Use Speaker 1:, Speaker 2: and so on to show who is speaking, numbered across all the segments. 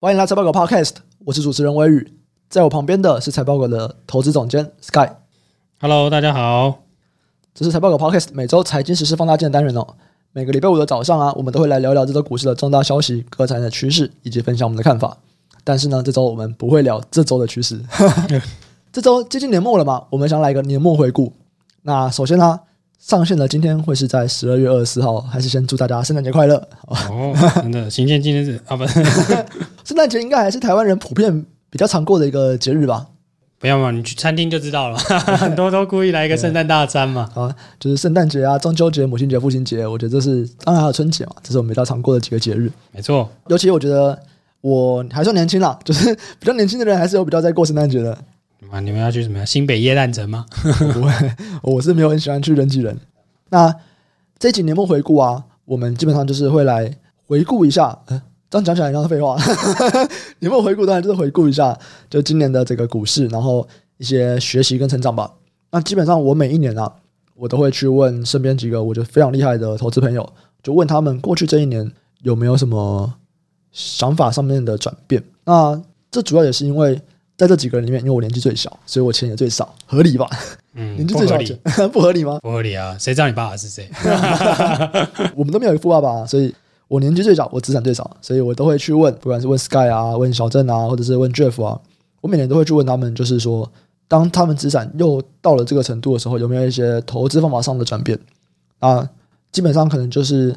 Speaker 1: 欢迎来财报狗 Podcast，我是主持人微宇，在我旁边的是财报狗的投资总监 Sky。
Speaker 2: Hello，大家好。
Speaker 1: 这是财报狗 Podcast 每周财经时事放大镜的单元哦。每个礼拜五的早上啊，我们都会来聊聊这周股市的重大消息、各产业的趋势，以及分享我们的看法。但是呢，这周我们不会聊这周的趋势。这周接近年末了嘛，我们想来一个年末回顾。那首先呢、上线的今天会是在十二月二十四号，还是先祝大家圣诞节快乐。
Speaker 2: 哦，真的，行宪纪念日啊，不，
Speaker 1: 圣诞节应该还是台湾人普遍比较常过的一个节日吧？
Speaker 2: 不要嘛，你去餐厅就知 道了。很多都故意来一个圣诞大餐嘛。
Speaker 1: 啊，就是圣诞节啊、中秋节、母亲节、父亲节，我觉得这是当然还有春节嘛，这是我们比较常过的几个节日。
Speaker 2: 没错，
Speaker 1: 尤其我觉得我还算年轻啦，就是比较年轻的人还是有比较在过圣诞节的。
Speaker 2: 啊，你们要去什么新北耶诞城吗？
Speaker 1: 我不会， 我是没有很喜欢去人挤人。那这一集年末回顾啊，我们基本上就是会来回顾一下。呃这样讲起来像是废话， 年末回顾当然就是回顾一下，就今年的这个股市，然后一些学习跟成长吧。那基本上我每一年啊，我都会去问身边几个我觉得非常厉害的投资朋友，就问他们过去这一年有没有什么想法上面的转变。那这主要也是因为在这几个人里面，因为我年纪最小，所以我钱也最少，合理吧？
Speaker 2: 嗯，
Speaker 1: 年纪
Speaker 2: 不
Speaker 1: 最
Speaker 2: 合
Speaker 1: 小
Speaker 2: 理，
Speaker 1: 钱 不合理吗？
Speaker 2: 不合理啊！谁知道你爸爸是谁？
Speaker 1: 我们都没有富爸爸，所以我年纪最小，我资产最少，所以我都会去问，不管是问 Sky 啊，问小郑啊，或者是问 Jeff 啊，我每年都会去问他们，就是说，当他们资产又到了这个程度的时候，有没有一些投资方法上的转变？啊，基本上可能就是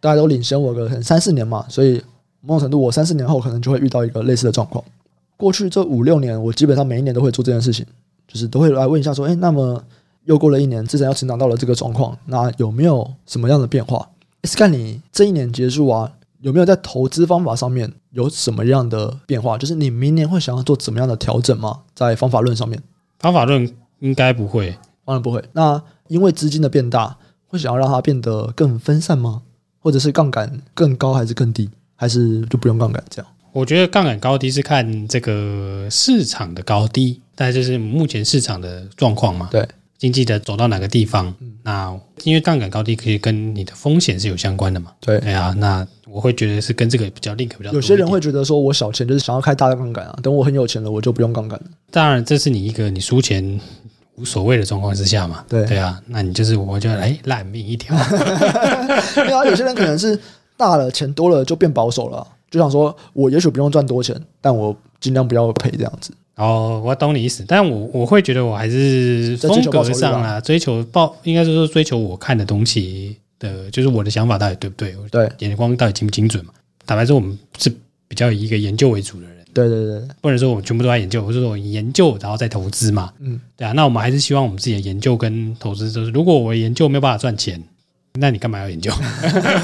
Speaker 1: 大家都领先我个可能三四年嘛，所以某种程度我三四年后可能就会遇到一个类似的状况。过去这五六年，我基本上每一年都会做这件事情，就是都会来问一下说，哎，那么又过了一年，资产要成长到了这个状况，那有没有什么样的变化？S 看你这一年结束啊，有没有在投资方法上面有什么样的变化？就是你明年会想要做怎么样的调整吗？在方法论上面，
Speaker 2: 方法论应该不会。
Speaker 1: 当然不会。那因为资金的变大，会想要让它变得更分散吗？或者是杠杆更高还是更低，还是就不用杠杆这样？
Speaker 2: 我觉得杠杆高低是看这个市场的高低，但就是目前市场的状况嘛。
Speaker 1: 对，
Speaker 2: 经济的走到哪个地方，
Speaker 1: 嗯
Speaker 2: 那因为杠杆高低可以跟你的风险是有相关的嘛。
Speaker 1: 对，
Speaker 2: 对啊，那我会觉得是跟这个比较 link 比较多一点。
Speaker 1: 有些人会觉得说我小钱就是想要开大的杠杆啊，等我很有钱了我就不用杠杆了。
Speaker 2: 当然，这是你一个你输钱无所谓的状况之下嘛。
Speaker 1: 对
Speaker 2: 对啊，那你就是我就哎烂命一条。
Speaker 1: 对啊，有些人可能是大了，钱多了就变保守了，啊就想说我也许不用赚多钱，但我尽量不要赔这样子。
Speaker 2: 哦，我懂你意思，但我我会觉得我还是
Speaker 1: 在追
Speaker 2: 风
Speaker 1: 求报酬
Speaker 2: 格
Speaker 1: 率
Speaker 2: 上啊，追求报，应该是说追求我看的东西的，就是我的想法到底对不对，我
Speaker 1: 对
Speaker 2: 眼光到底精不精准嘛。坦白说，我们是比较以一个研究为主的人，
Speaker 1: 对对对对，
Speaker 2: 不能说我们全部都在研究，我是说我研究然后再投资嘛。
Speaker 1: 嗯，
Speaker 2: 对啊，那我们还是希望我们自己的研究跟投资，就是如果我的研究没有办法赚钱，那你干嘛要研究？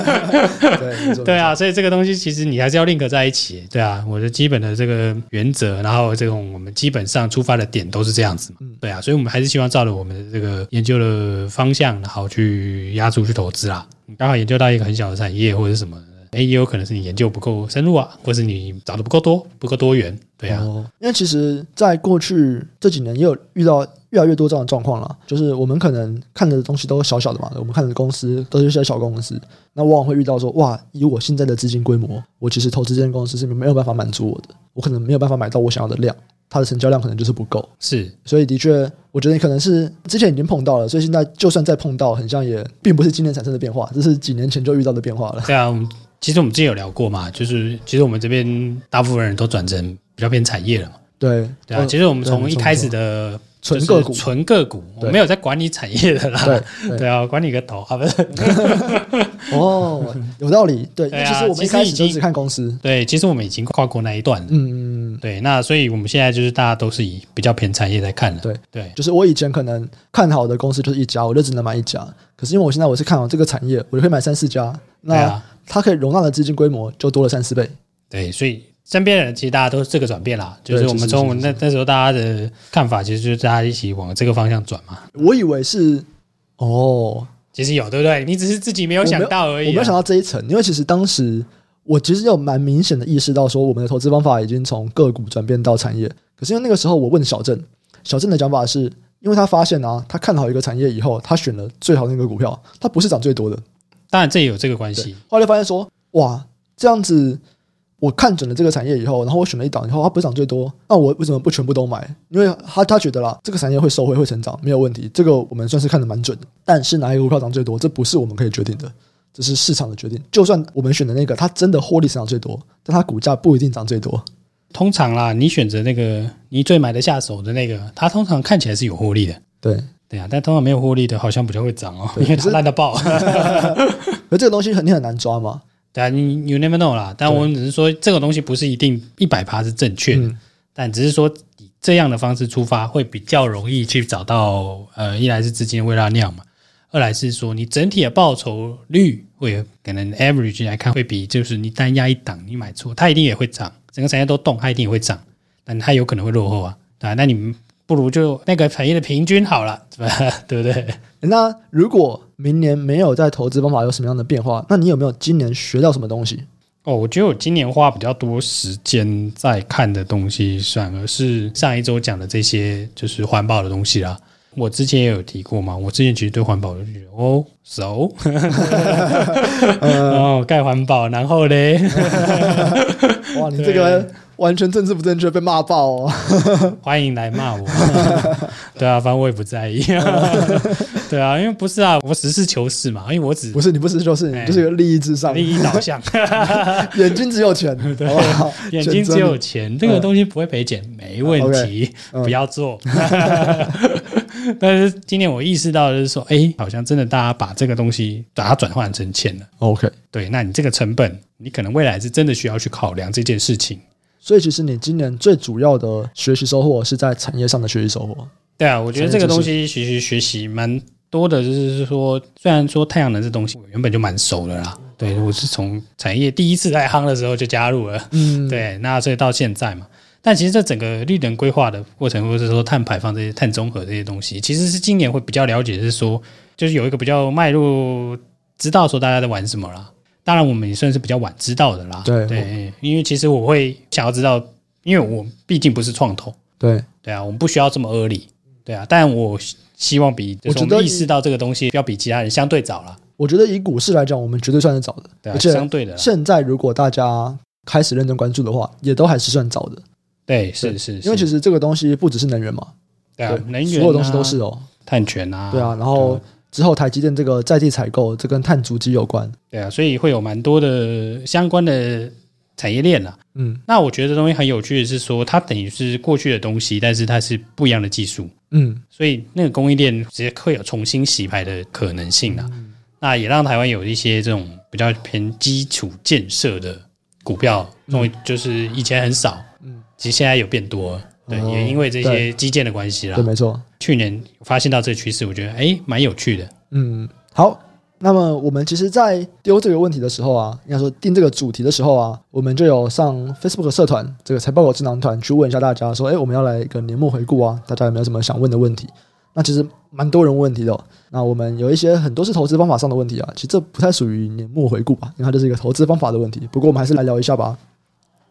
Speaker 1: 对没错
Speaker 2: 对，啊，所以这个东西其实你还是要 link 在一起。对啊，我的基本的这个原则，然后这种我们基本上出发的点都是这样子嘛。
Speaker 1: 嗯
Speaker 2: 对啊，所以我们还是希望照着我们的这个研究的方向，然后去压住去投资啦。你刚好研究到一个很小的产业或者是什么的，哎，也有可能是你研究不够深入啊，或是你找的不够多、不够多元。 对啊，
Speaker 1: 哦，因为其实，在过去这几年也有遇到越来越多这样的状况了，就是我们可能看的东西都小小的嘛，我们看的公司都是一些小公司，那往往会遇到说，哇，以我现在的资金规模，我其实投资这间公司是没有办法满足我的，我可能没有办法买到我想要的量，它的成交量可能就是不够，
Speaker 2: 是
Speaker 1: 所以的确，我觉得你可能是之前已经碰到了，所以现在就算再碰到，很像也并不是今年产生的变化，这是几年前就遇到的变化了。
Speaker 2: 对啊，我们其实我们之前有聊过嘛，就是其实我们这边大部分人都转成比较偏产业了嘛。
Speaker 1: 对，
Speaker 2: 对啊，
Speaker 1: 嗯
Speaker 2: 其实我们
Speaker 1: 对
Speaker 2: 从
Speaker 1: 没
Speaker 2: 一
Speaker 1: 错
Speaker 2: 开
Speaker 1: 没错
Speaker 2: 始的
Speaker 1: 纯个股
Speaker 2: 就是纯个股，我
Speaker 1: 对
Speaker 2: 没有在管理产业的啦。
Speaker 1: 对对
Speaker 2: 对啊，管理个头啊，不是。
Speaker 1: 哦，有道理。对，因为
Speaker 2: 对啊
Speaker 1: 其实我们一
Speaker 2: 其实
Speaker 1: 开
Speaker 2: 已
Speaker 1: 始就
Speaker 2: 经
Speaker 1: 只看公司，
Speaker 2: 对，其实我们已经跨过那一段了。
Speaker 1: 嗯嗯嗯，
Speaker 2: 对，那所以我们现在就是大家都是以比较偏产业来看了。
Speaker 1: 对
Speaker 2: 对，
Speaker 1: 就是我以前可能看好的公司就是一家，我就只能买一家，可是因为我现在我是看好这个产业，我就可以买三四家，
Speaker 2: 对
Speaker 1: 那
Speaker 2: 啊，
Speaker 1: 它可以容纳的资金规模就多了三四倍。
Speaker 2: 对，所以身边的人其实大家都是这个转变啦，就
Speaker 1: 对
Speaker 2: 是我
Speaker 1: 是是
Speaker 2: 们从
Speaker 1: 是
Speaker 2: 我们那那时候大家的看法，其实就是大家一起往这个方向转嘛。
Speaker 1: 我以为是哦，
Speaker 2: 其实有，对不对？你只是自己没有
Speaker 1: 我没
Speaker 2: 想
Speaker 1: 有
Speaker 2: 到而
Speaker 1: 我
Speaker 2: 已啊。
Speaker 1: 没有想到这一层，因为其实当时我其实有蛮明显的意识到，说我们的投资方法已经从个股转变到产业。可是因为那个时候我问小郑，小郑的讲法是，因为他发现啊，他看好一个产业以后，他选了最好的那个股票，它不是涨最多的。
Speaker 2: 当然这也有这个关系。
Speaker 1: 后来发现说，哇，这样子我看准了这个产业以后，然后我选了一档以后，它不是涨最多，那我为什么不全部都买？因为他他觉得啦，这个产业会收回会成长，没有问题，这个我们算是看得蛮准的。但是哪一个股票涨最多，这不是我们可以决定的，这是市场的决定。就算我们选的那个，它真的获利成长最多，但它股价不一定涨最多。
Speaker 2: 通常啦，你选择那个你最买得下手的那个，它通常看起来是有获利的，
Speaker 1: 对，
Speaker 2: 对啊，但通常没有获利的，好像比较会涨哦，
Speaker 1: 对
Speaker 2: 因为
Speaker 1: 可是
Speaker 2: 它烂 到爆。
Speaker 1: 而这个东西很你很难抓嘛。
Speaker 2: 对啊，你 you never know 啦。但
Speaker 1: 对
Speaker 2: 我们只是说，这个东西不是一定一百趴是正确的，
Speaker 1: 嗯，
Speaker 2: 但只是说以这样的方式出发，会比较容易去找到呃，一来是资金的微拉量嘛，二来是说你整体的报酬率会可能 average 来看会比就是你单压一档你买错，它一定也会涨，整个产业都动，它一定也会涨，但它有可能会落后啊，对啊，那你们不如就那个产业的平均好了，对吧？ 对不对？
Speaker 1: 那如果明年没有在投资方法有什么样的变化，那你有没有今年学到什么东西？
Speaker 2: 哦，我觉得我今年花比较多时间在看的东西，反而是上一周讲的这些就是环保的东西啦。我之前也有提过嘛，我之前其实对环保就觉得哦熟，
Speaker 1: 呃
Speaker 2: 然后盖环保，然后嘞，
Speaker 1: 哇，你这个完全政治不正确，被骂爆哦！
Speaker 2: 欢迎来骂我。对啊，反正我也不在意。 对啊，因为不是啊，我实事求是嘛，因为我只
Speaker 1: 不是你啊不是就是你，
Speaker 2: 哎
Speaker 1: 就是一个利益至上，
Speaker 2: 利益导向，
Speaker 1: 眼睛只有 钱，好不好？
Speaker 2: 眼睛只有钱，这个东西不会赔钱，没问题，
Speaker 1: 嗯
Speaker 2: 不要做。 但是今年我意识到的是说，哎，好像真的大家把这个东西把它转换成钱了。
Speaker 1: OK。
Speaker 2: 对，那你这个成本，你可能未来是真的需要去考量这件事情。
Speaker 1: 所以其实你今年最主要的学习收获是在产业上的学习收获。
Speaker 2: 对啊，我觉得这个东西学习学习蛮多的，就是说，虽然说太阳能这东西我原本就蛮熟的啦，对我是从产业第一次在夯的时候就加入了，
Speaker 1: 嗯，
Speaker 2: 对，那所以到现在嘛，但其实这整个绿能规划的过程，或者说碳排放这些、碳中和这些东西，其实是今年会比较了解，是说就是有一个比较脉络，知道说大家在玩什么啦。当然，我们也算是比较晚知道的啦。
Speaker 1: 对
Speaker 2: 对，因为其实我会想要知道，因为我毕竟不是创投，
Speaker 1: 对，
Speaker 2: 对啊，我们不需要这么 early，对啊，但我希希望比就
Speaker 1: 我
Speaker 2: 是
Speaker 1: 觉
Speaker 2: 我
Speaker 1: 得
Speaker 2: 们意识到这个东西要比其他人相对早啦，
Speaker 1: 我觉得以股市来讲，我们绝对算是早的，
Speaker 2: 对啊，
Speaker 1: 而且
Speaker 2: 相对的啦，
Speaker 1: 现在如果大家开始认真关注的话，也都还是算早的，
Speaker 2: 对，是是，
Speaker 1: 因为其
Speaker 2: 实
Speaker 1: 实这个东西不只是能源嘛，
Speaker 2: 对啊，能源
Speaker 1: 所有东西
Speaker 2: 啊
Speaker 1: 都是哦，
Speaker 2: 碳权啊，
Speaker 1: 对啊，然后。之后，台积电这个在地采购，这跟碳足迹有关。
Speaker 2: 对啊，所以会有蛮多的相关的产业链啦。啊
Speaker 1: 嗯
Speaker 2: 那我觉得这东西很有趣的是说，它等于是过去的东西，但是它是不一样的技术，
Speaker 1: 嗯，
Speaker 2: 所以那个供应链直接会有重新洗牌的可能性啦。
Speaker 1: 嗯
Speaker 2: 那也让台湾有一些这种比较偏基础建设的股票，这种就是以前很少，
Speaker 1: 嗯
Speaker 2: 其实现在有变多了。对，
Speaker 1: 哦
Speaker 2: 也因为这些基建的关系啦
Speaker 1: 对，。没错。
Speaker 2: 去年发现到这个趋势，我觉得哎，蛮有趣的。
Speaker 1: 嗯，好。那么我们其实，在丢这个问题的时候啊，应该说定这个主题的时候啊，我们就有上 Facebook 社团这个财报狗智囊团去问一下大家，说，哎，我们要来一个年末回顾啊，大家有没有什么想问的问题？那其实蛮多人问问题的哦、那我们有一些很多是投资方法上的问题啊，其实这不太属于年末回顾吧，因为它就是一个投资方法的问题。不过我们还是来聊一下吧。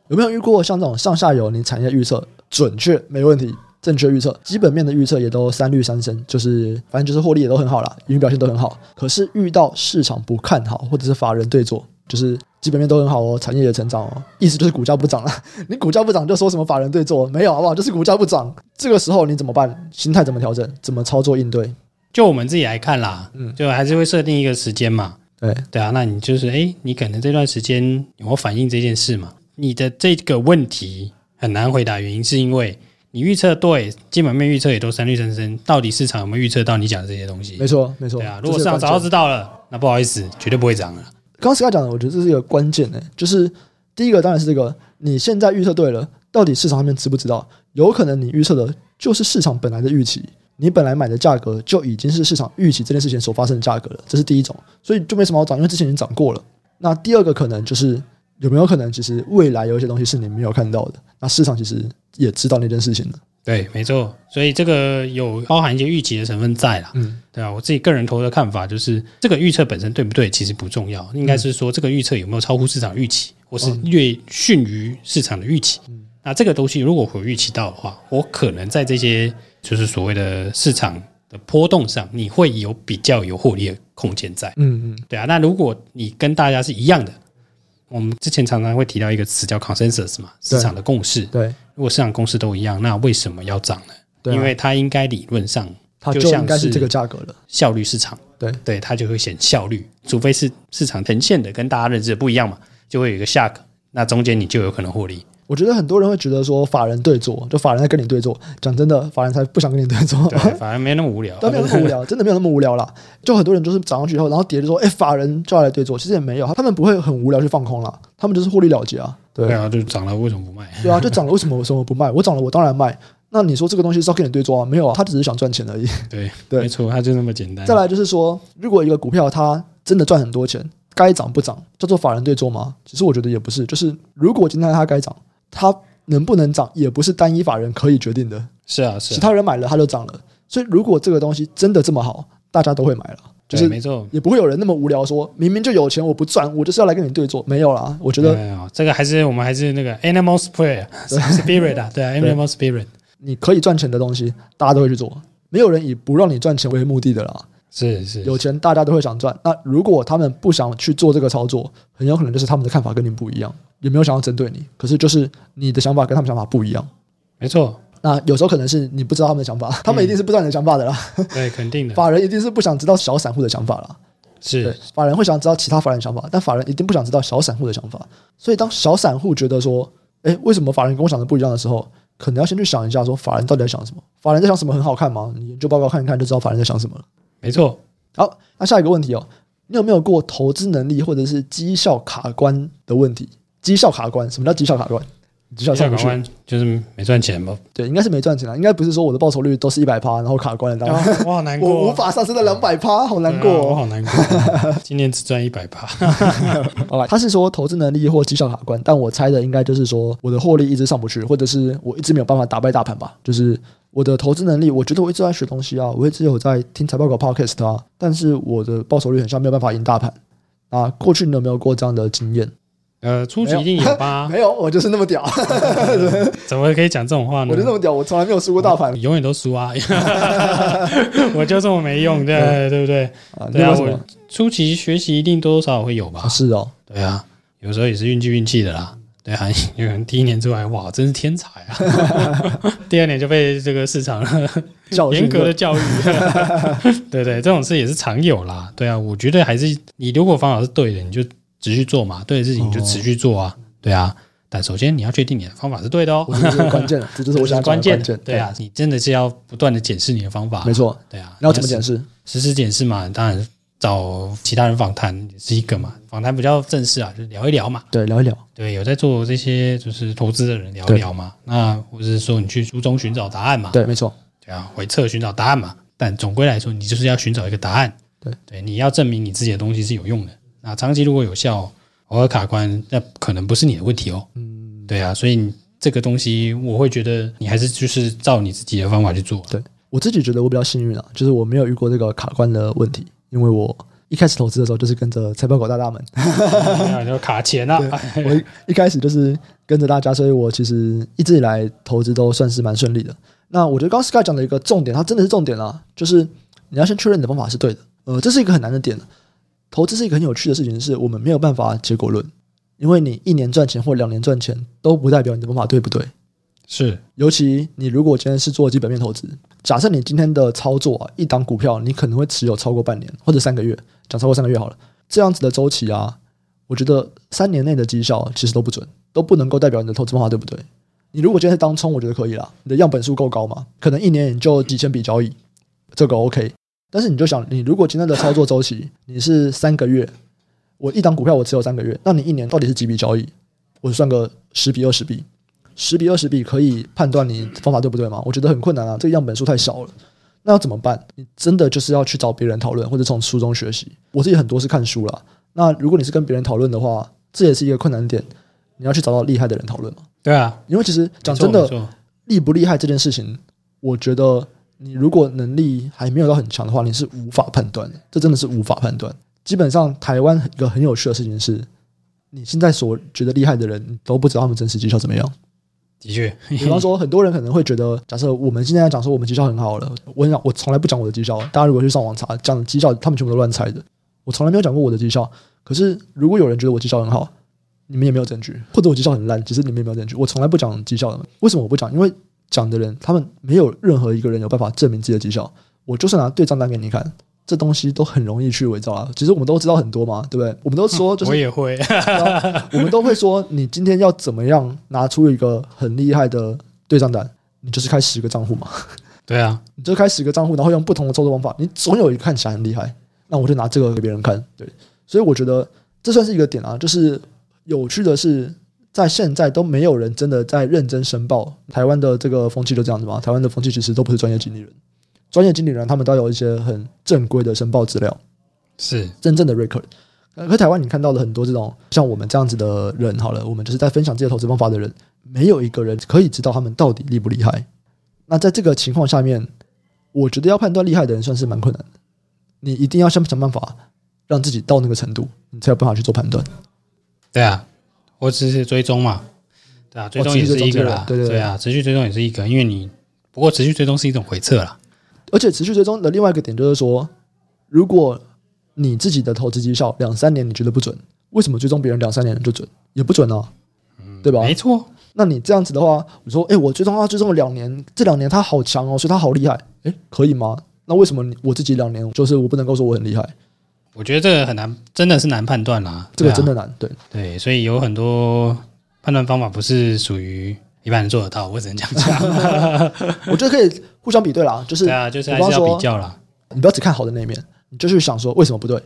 Speaker 1: 有没有遇过像这种上下游你产业预测准确没问题，正确预测，基本面的预测也都三率三升，就是反正就是获利也都很好啦，营运表现都很好。可是遇到市场不看好，或者是法人对坐，就是基本面都很好哦，产业也成长哦，意思就是股价不涨了。你股价不涨就说什么法人对坐，没有好不好？就是股价不涨，这个时候你怎么办？心态怎么调整？怎么操作应对？
Speaker 2: 就我们自己来看啦，
Speaker 1: 嗯
Speaker 2: 就还是会设定一个时间嘛，
Speaker 1: 对，
Speaker 2: 对啊，那你就是哎，诶你可能这段时间有没有反映这件事嘛？你的这个问题很难回答，原因是因为你预测对，基本面预测也都三率三升，到底市场有没有预测到你讲的这些东西
Speaker 1: 没？错，没错。
Speaker 2: 对啊，
Speaker 1: 这
Speaker 2: 如果
Speaker 1: 是
Speaker 2: 市场
Speaker 1: 关键
Speaker 2: 早就知道了，那不好意思，绝对不会涨了。
Speaker 1: 刚刚 Sky 讲的，我觉得这是一个关键呢、就是第一个当然是这个，你现在预测对了，到底市场上面知不知道？有可能你预测的就是市场本来的预期，你本来买的价格就已经是市场预期这件事情所发生的价格了，这是第一种，所以就没什么好涨，因为之前已经涨过了。那第二个可能就是有没有可能，其实未来有一些东西是你没有看到的，那市场其实也知道那件事情的。
Speaker 2: 对，没错，所以这个有包含一些预期的成分在啦。
Speaker 1: 嗯，
Speaker 2: 对啊，我自己个人投的看法就是，这个预测本身对不对其实不重要，应该是说这个预测有没有超乎市场预期，或是略逊于市场的预期。那这个东西如果我预期到的话，我可能在这些就是所谓的市场的波动上，你会有比较有获利的空间在。
Speaker 1: 嗯嗯，
Speaker 2: 对啊，那如果你跟大家是一样的，我们之前常常会提到一个词叫 consensus 嘛，市场的共识。
Speaker 1: 对
Speaker 2: 如果市场共识都一样，那为什么要涨呢？
Speaker 1: 对啊，
Speaker 2: 因为它应该理论上
Speaker 1: 它
Speaker 2: 就
Speaker 1: 就
Speaker 2: 像
Speaker 1: 应该是
Speaker 2: 是
Speaker 1: 这个价格了。
Speaker 2: 效率市场，
Speaker 1: 对
Speaker 2: 对，它就会显效率，除非是市场呈现的跟大家认知的不一样嘛，就会有一个下格，那中间你就有可能 获利。
Speaker 1: 我觉得很多人会觉得说法人对坐，就法人在跟你对坐。讲真的，法人才不想跟你对坐，
Speaker 2: 对，反而没那么无聊。
Speaker 1: 但没有那么无聊，真的没有那么无聊啦。就很多人就是涨上去以后，然后跌就说：“哎、法人叫来对坐。”其实也没有，他们不会很无聊去放空啦，他们就是获利了结啊。对
Speaker 2: 对啊，就涨了为什么不卖？
Speaker 1: 对啊，就涨了，为什么为什么不卖？我涨了，我当然卖。那你说这个东西是要跟你对坐啊？没有啊，他只是想赚钱而已。
Speaker 2: 对，
Speaker 1: 对
Speaker 2: 没错，它就那么简单。
Speaker 1: 再来就是说，如果一个股票它真的赚很多钱，该涨不涨，叫做法人对坐吗？其实我觉得也不是，就是如果今天它该涨，它能不能涨也不是单一法人可以决定的，
Speaker 2: 是啊，
Speaker 1: 其
Speaker 2: 是啊，
Speaker 1: 他人买了它就涨了。所以如果这个东西真的这么好，大家都会买了，就
Speaker 2: 对
Speaker 1: 是
Speaker 2: 没错。
Speaker 1: 也不会有人那么无聊说，明明就有钱我不赚，我就是要来跟你对坐，没有啦。我觉得
Speaker 2: 没有啊这个还是我们还是那个 animal spirit spirit 啊，对啊
Speaker 1: 对
Speaker 2: ，animal spirit
Speaker 1: 你可以赚钱的东西，大家都会去做，没有人以不让你赚钱为目的的啦。
Speaker 2: 是是
Speaker 1: 有钱大家都会想赚，那如果他们不想去做这个操作，很有可能就是他们的看法跟你不一样，也没有想要针对你，可是就是你的想法跟他们想法不一样。
Speaker 2: 没错，
Speaker 1: 那有时候可能是你不知道他们的想法，他们一定是不知道你的想法的啦。
Speaker 2: 对，肯定 的，
Speaker 1: 法人一定是不想知道小散户的想法啦。对
Speaker 2: 是，
Speaker 1: 法人会想知道其他法人想法，但法人一定不想知道小散户的想法。所以当小散户觉得说，诶，为什么法人跟我想的不一样的时候，可能要先去想一下，说法人到底在想什么？法人在想什么很好看吗？你研究报告看一看就知道法人在想什么了。
Speaker 2: 没错。
Speaker 1: 好，那下一个问题哦，你有没有过投资能力或者是绩效卡关的问题？绩效卡关，什么叫绩效卡关？绩效
Speaker 2: 下
Speaker 1: 上
Speaker 2: 港
Speaker 1: 不去，
Speaker 2: 湾就是没赚钱嘛，
Speaker 1: 对，应该是没赚钱了，应该不是说我的报酬率都是一百趴，然后卡关了，然后
Speaker 2: 哇我好难过哦，
Speaker 1: 我无法上升到两百趴，好难
Speaker 2: 对啊
Speaker 1: 过、
Speaker 2: 我
Speaker 1: 哦。
Speaker 2: 好难过。 今年只赚一百趴，
Speaker 1: 好他是说投资能力或绩效卡关，但我猜的应该就是说我的获利一直上不去，或者是我一直没有办法打败大盘吧。就是我的投资能力，我觉得我一直在学东西啊，我一直有在听财报狗 podcast 啊，但是我的报酬率很像没有办法赢大盘啊。过去你有没有过这样的经验？
Speaker 2: 呃，初期一定有吧？
Speaker 1: 没有，我就是那么屌，
Speaker 2: 怎么可以讲这种话呢
Speaker 1: 我就？那么屌，我从来没有输过大盘
Speaker 2: 你永远都输啊！ 我就这么没用，对对不对？
Speaker 1: 啊。
Speaker 2: 对
Speaker 1: 那
Speaker 2: 啊，
Speaker 1: 为什么
Speaker 2: 我？初期学习一定多多少少会有吧
Speaker 1: 啊？是哦，
Speaker 2: 对啊，有时候也是运气运气的啦。对啊， 有人第一年出来，哇，真是天才啊！ 第二年就被这个市场
Speaker 1: 教训
Speaker 2: 严格的教育， 对对，这种事也是常有啦。对啊，我觉得还是你如果方法是对的，你就持续做嘛，对的事情你就
Speaker 1: 哦
Speaker 2: 持续做啊。对啊，但首先你要确定你的方法是对的哦
Speaker 1: 我，觉 得这是关键了，这就是
Speaker 2: 这
Speaker 1: 我
Speaker 2: 是
Speaker 1: 想讲
Speaker 2: 关
Speaker 1: 的
Speaker 2: 键
Speaker 1: 关键。
Speaker 2: 对啊，你真的是要不断的检视你的方法
Speaker 1: 对，没，错。
Speaker 2: 对啊，
Speaker 1: 你要怎么检
Speaker 2: 视？
Speaker 1: 视？
Speaker 2: 实时检视嘛，当然找其他人访谈也是一个嘛，访谈比较正式啊，就聊一聊嘛。
Speaker 1: 对，聊一聊。
Speaker 2: 对，有在做这些就是投资的人聊一聊嘛，那或者是说你去书中寻找答案嘛，
Speaker 1: 对，没错。
Speaker 2: 对啊，回测寻找答案嘛。但总归来说，你就是要寻找一个答案。
Speaker 1: 对
Speaker 2: 对，你要证明你自己的东西是有用的。那长期如果有效，偶尔卡关，那可能不是你的问题哦。嗯，对啊，所以你这个东西，我会觉得你还是就是照你自己的方法 去做。
Speaker 1: 对我自己觉得我比较幸运啊，就是我没有遇过这个卡关的问题，因为我一开始投资的时候就是跟着财报狗大大们，
Speaker 2: 然后卡钱啊，
Speaker 1: 我一一开始就是跟着大家，所以我其实一直以来投资都算是蛮顺利的。那我觉得刚刚 Sky 讲的一个重点，它真的是重点啦，就是你要先确认你的方法是对的。呃，这是一个很难的点。投资是一个很有趣的事情，是我们没有办法结果论，因为你一年赚钱或两年赚钱都不代表你的方法对不对。
Speaker 2: 是
Speaker 1: 尤其你如果今天是做基本面投资，假设你今天的操作啊，一档股票你可能会持有超过半年或者三个月，讲超过三个月好了，这样子的周期啊，我觉得三年内的绩效其实都不准，都不能够代表你的投资方法对不对？你如果今天是当冲，我觉得可以啦，你的样本数够高嘛，可能一年你就几千笔交易，这个 OK。但是你就想，你如果今天的操作周期你是三个月，我一档股票我持有三个月，那你一年到底是几笔交易？我算个十笔二十笔，十比二十比可以判断你方法对不对吗？我觉得很困难啊，这个样本数太少了。那要怎么办？你真的就是要去找别人讨论，或者从书中学习。我自己很多是看书啦。那如果你是跟别人讨论的话，这也是一个困难点。你要去找到厉害的人讨论嘛？
Speaker 2: 对啊，
Speaker 1: 因为其实讲
Speaker 2: 没错
Speaker 1: 真的
Speaker 2: 没，错
Speaker 1: 厉不厉害这件事情，我觉得你如果能力还没有到很强的话，你是无法判断的。这真的是无法判断。基本上，台湾一个很有趣的事情是，你现在所觉得厉害的人，你都不知道他们真实绩效怎么样。
Speaker 2: 的确，
Speaker 1: 比方说，很多人可能会觉得，假设我们现在讲说我们绩效很好了，我很少我从来不讲我的绩效，大家如果去上网查讲的绩效，他们全部都乱猜的，我从来没有讲过我的绩效。可是如果有人觉得我绩效很好，你们也没有证据，或者我绩效很烂，只是你们也没有证据。我从来不讲绩效的，为什么我不讲？因为讲的人他们没有任何一个人有办法证明自己的绩效。我就算拿对账单给你看，这东西都很容易去伪造啊。其实我们都知道很多嘛，对不对？我们都说就是
Speaker 2: 我也会，
Speaker 1: 我们都会说，你今天要怎么样拿出一个很厉害的对账单？你就是开十个账户嘛，
Speaker 2: 对啊，
Speaker 1: 你就开十个账户，然后用不同的操作方法，你总有一个看起来很厉害。那我就拿这个给别人看，对。所以我觉得这算是一个点啊，就是有趣的是，在现在都没有人真的在认真申报。台湾的这个风气就这样子嘛，台湾的风气其实都不是专业经理人，专业经理人他们都有一些很正规的申报资料。
Speaker 2: 是
Speaker 1: 真正的 record。呃可台湾你看到了很多这种像我们这样子的人，好了，我们就是在分享这些投资方法的人，没有一个人可以知道他们到底厉不厉害。那在这个情况下面，我觉得要判断厉害的人算是蛮困难的。你一定要想想办法让自己到那个程度，你才有办法去做判断。
Speaker 2: 对啊，我只是追踪嘛，对啊，追踪也是一个啦，
Speaker 1: 持续追踪这个对对对
Speaker 2: 啊，持续追踪也是一个，因为你不过持续追踪是一种回测啦，
Speaker 1: 而且持续追踪的另外一个点就是说，如果你自己的投资绩效两三年你觉得不准，为什么追踪别人两三年就准？也不准啊，对吧？
Speaker 2: 没错，
Speaker 1: 那你这样子的话，你说，哎、我追踪他追踪了两年，这两年他好强哦，所以他好厉害，哎、可以吗？那为什么你我自己两年就是我不能够说我很厉害？
Speaker 2: 我觉得这个很难，真的是难判断啦，
Speaker 1: 这个
Speaker 2: 对啊
Speaker 1: 真的难，对
Speaker 2: 对，所以有很多判断方法不是属于一般人做得到，我只能这样讲，
Speaker 1: 我觉得可以互相比对啦，就是
Speaker 2: 对啊，就是
Speaker 1: 我
Speaker 2: 还
Speaker 1: 刚
Speaker 2: 是要
Speaker 1: 说
Speaker 2: 比较啦，
Speaker 1: 你不要只看好的那一面，你就去想说为什么不对，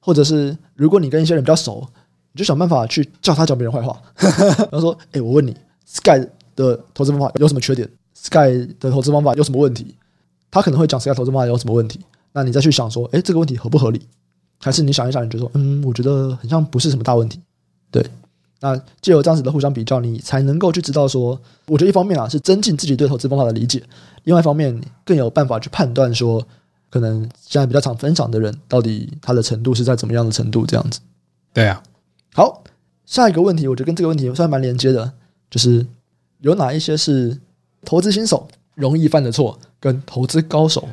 Speaker 1: 或者是如果你跟一些人比较熟，你就想办法去叫他讲别人坏话， 然后说，哎、我问你，Sky 的投资方法有什么缺点？Sky 的投资方法有什么问题？他可能会讲 Sky 投资方法有什么问题，那你再去想说，哎、这个问题合不合理？还是你想一想，你就说，嗯，我觉得很像不是什么大问题，对。那借由这样子的互相比较，你才能够去知道说，我觉得一方面啊是增进自己对投资方法的理解，另外一方面你更有办法去判断说，可能现在比较常分享的人，到底他的程度是在怎么样的程度这样子。
Speaker 2: 对啊，
Speaker 1: 好，下一个问题，我觉得跟这个问题算蛮连接的，就是有哪一些是投资新手容易犯的错，跟投资高手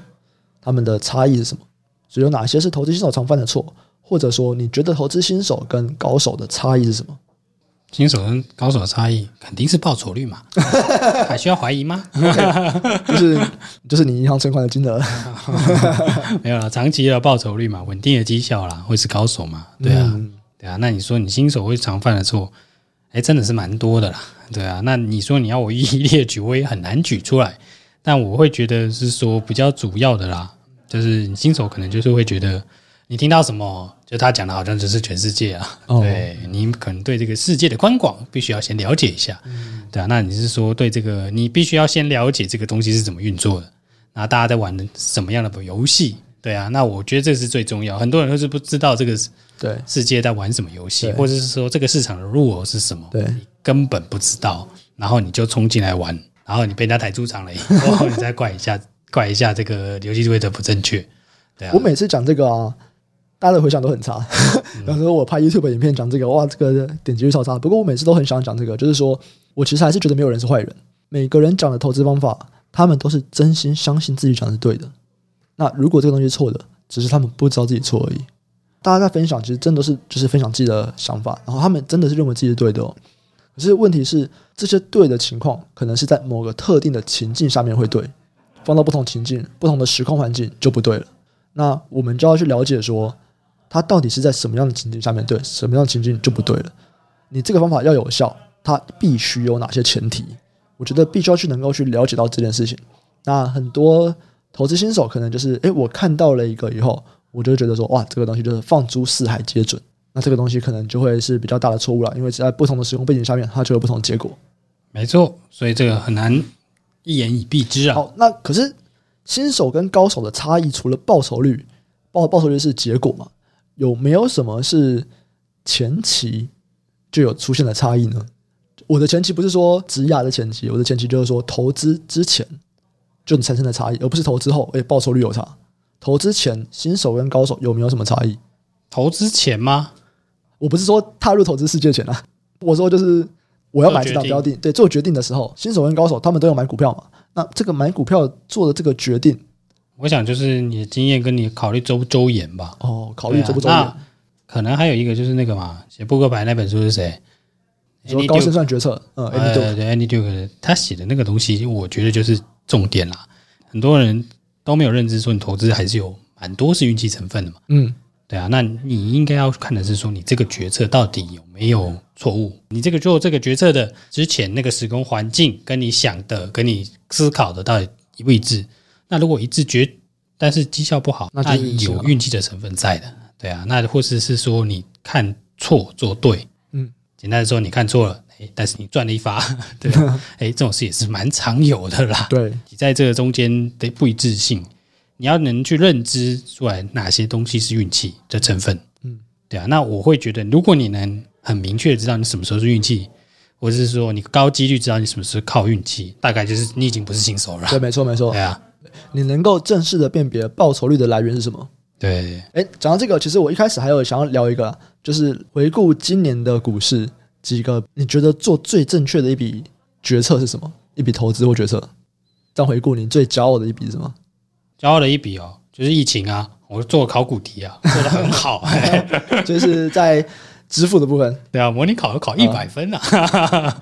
Speaker 1: 他们的差异是什么？所以有哪些是投资新手常犯的错，或者说你觉得投资新手跟高手的差异是什么？
Speaker 2: 新手跟高手的差异肯定是报酬率 嘛，还需要怀疑吗？
Speaker 1: 就是就是你银行存款的金额，
Speaker 2: 没有啦，长期的报酬率嘛，稳定的绩效啦，会是高手嘛？对啊，
Speaker 1: 嗯
Speaker 2: 对啊。那你说你新手会常犯的错，哎，真的是蛮多的啦。对啊，那你说你要我一一列举，我也很难举出来。但我会觉得是说比较主要的啦，就是你新手可能就是会觉得你听到什么，就他讲的好像就是全世界啊。
Speaker 1: 哦
Speaker 2: 对你可能对这个世界的宽广必须要先了解一下，
Speaker 1: 嗯
Speaker 2: 对啊。那你是说对这个你必须要先了解这个东西是怎么运作的，那啊大家在玩的什么样的游戏？对啊，那我觉得这是最重要。很多人都是不知道这个
Speaker 1: 对
Speaker 2: 世界在玩什么游戏，
Speaker 1: 对
Speaker 2: 或者是说这个市场的入口是什么，
Speaker 1: 对
Speaker 2: 你根本不知道，然后你就冲进来玩，然后你被人家抬出场了以后， 你再怪一下怪一下这个游戏规则不正确，对啊
Speaker 1: 我，每次讲这个啊，大家的回响都很差。
Speaker 2: 嗯
Speaker 1: 比方说，我拍 YouTube 影片讲这个，哇，这个点击率超差。不过我每次都很想讲这个，就是说我其实还是觉得没有人是坏人，每个人讲的投资方法，他们都是真心相信自己讲的是对的。那如果这个东西是错的，只是他们不知道自己错而已。大家在分享，其实真的是就是分享自己的想法，然后他们真的是认为自己是对的、哦。可是问题是，这些对的情况，可能是在某个特定的情境下面会对，放到不同情境、不同的时空环境就不对了。那我们就要去了解说，它到底是在什么样的情境下面对，什么样的情境就不对了。你这个方法要有效，它必须有哪些前提？我觉得必须要去能够去了解到这件事情。那很多投资新手可能就是，诶，我看到了一个以后，我就觉得说，哇，这个东西就是放诸四海皆准。那这个东西可能就会是比较大的错误了，因为在不同的时空背景下面，它就有不同的结果。
Speaker 2: 没错，所以这个很难一言以蔽之啊。
Speaker 1: 好，那可是新手跟高手的差异，除了报酬率，报报酬率是结果嘛？有没有什么是前期就有出现的差异呢？我的前期不是说职涯的前期，我的前期就是说投资之前就产生的差异，而不是投资后，哎、报酬率有差。投资前新手跟高手有没有什么差异？
Speaker 2: 投资前吗？
Speaker 1: 我不是说踏入投资世界前啊，我说就是我要买这档标的，对，做决定的时候，新手跟高手他们都有买股票嘛。那这个买股票做的这个决定，
Speaker 2: 我想就是你的经验跟你考虑周不周延吧，
Speaker 1: 哦，考虑周不周
Speaker 2: 对啊
Speaker 1: 延？
Speaker 2: 啊那可能还有一个就是那个嘛，写扑克牌那本书是谁？
Speaker 1: 你说高胜算决策，嗯
Speaker 2: 呃，
Speaker 1: ，Amy Duke，
Speaker 2: 对，Andy Duke 他写的那个东西，我觉得就是重点啦。很多人都没有认知说，你投资还是有蛮多是运气成分的嘛。
Speaker 1: 嗯，
Speaker 2: 对啊，那你应该要看的是说，你这个决策到底有没有错误？你这个做这个决策的之前那个时空环境，跟你想的、跟你思考的到底一不一致？那如果一致决，但是绩效不好，
Speaker 1: 那
Speaker 2: 那
Speaker 1: 就是运气
Speaker 2: 有
Speaker 1: 了
Speaker 2: 运气的成分在的。对啊，那或者是说你看错做对，
Speaker 1: 嗯，
Speaker 2: 简单的说你看错了，哎，但是你赚了一发， 对吧？哎，这种事也是蛮常有的啦。
Speaker 1: 对，
Speaker 2: 你在这个中间的不一致性，你要能去认知出来哪些东西是运气的成分。
Speaker 1: 嗯，
Speaker 2: 对啊。那我会觉得，如果你能很明确地知道你什么时候是运气，或者是说你高几率知道你什么时候靠运气，大概就是你已经不是新手了。
Speaker 1: 对，没错没错
Speaker 2: 对，啊，
Speaker 1: 你能够正式的辨别报酬率的来源是什么？
Speaker 2: 对，
Speaker 1: 哎，讲到这个，其实我一开始还有想要聊一个啊，就是回顾今年的股市几个，你觉得做最正确的一笔决策是什么？一笔投资或决策？这样回顾你最骄傲的一笔是什 么？
Speaker 2: 骄傲的一笔哦，就是疫情啊，我做考古题啊，做的很好、
Speaker 1: 就是在支付的部分，
Speaker 2: 对啊，模拟考要
Speaker 1: 嗯
Speaker 2: 考一百分啊，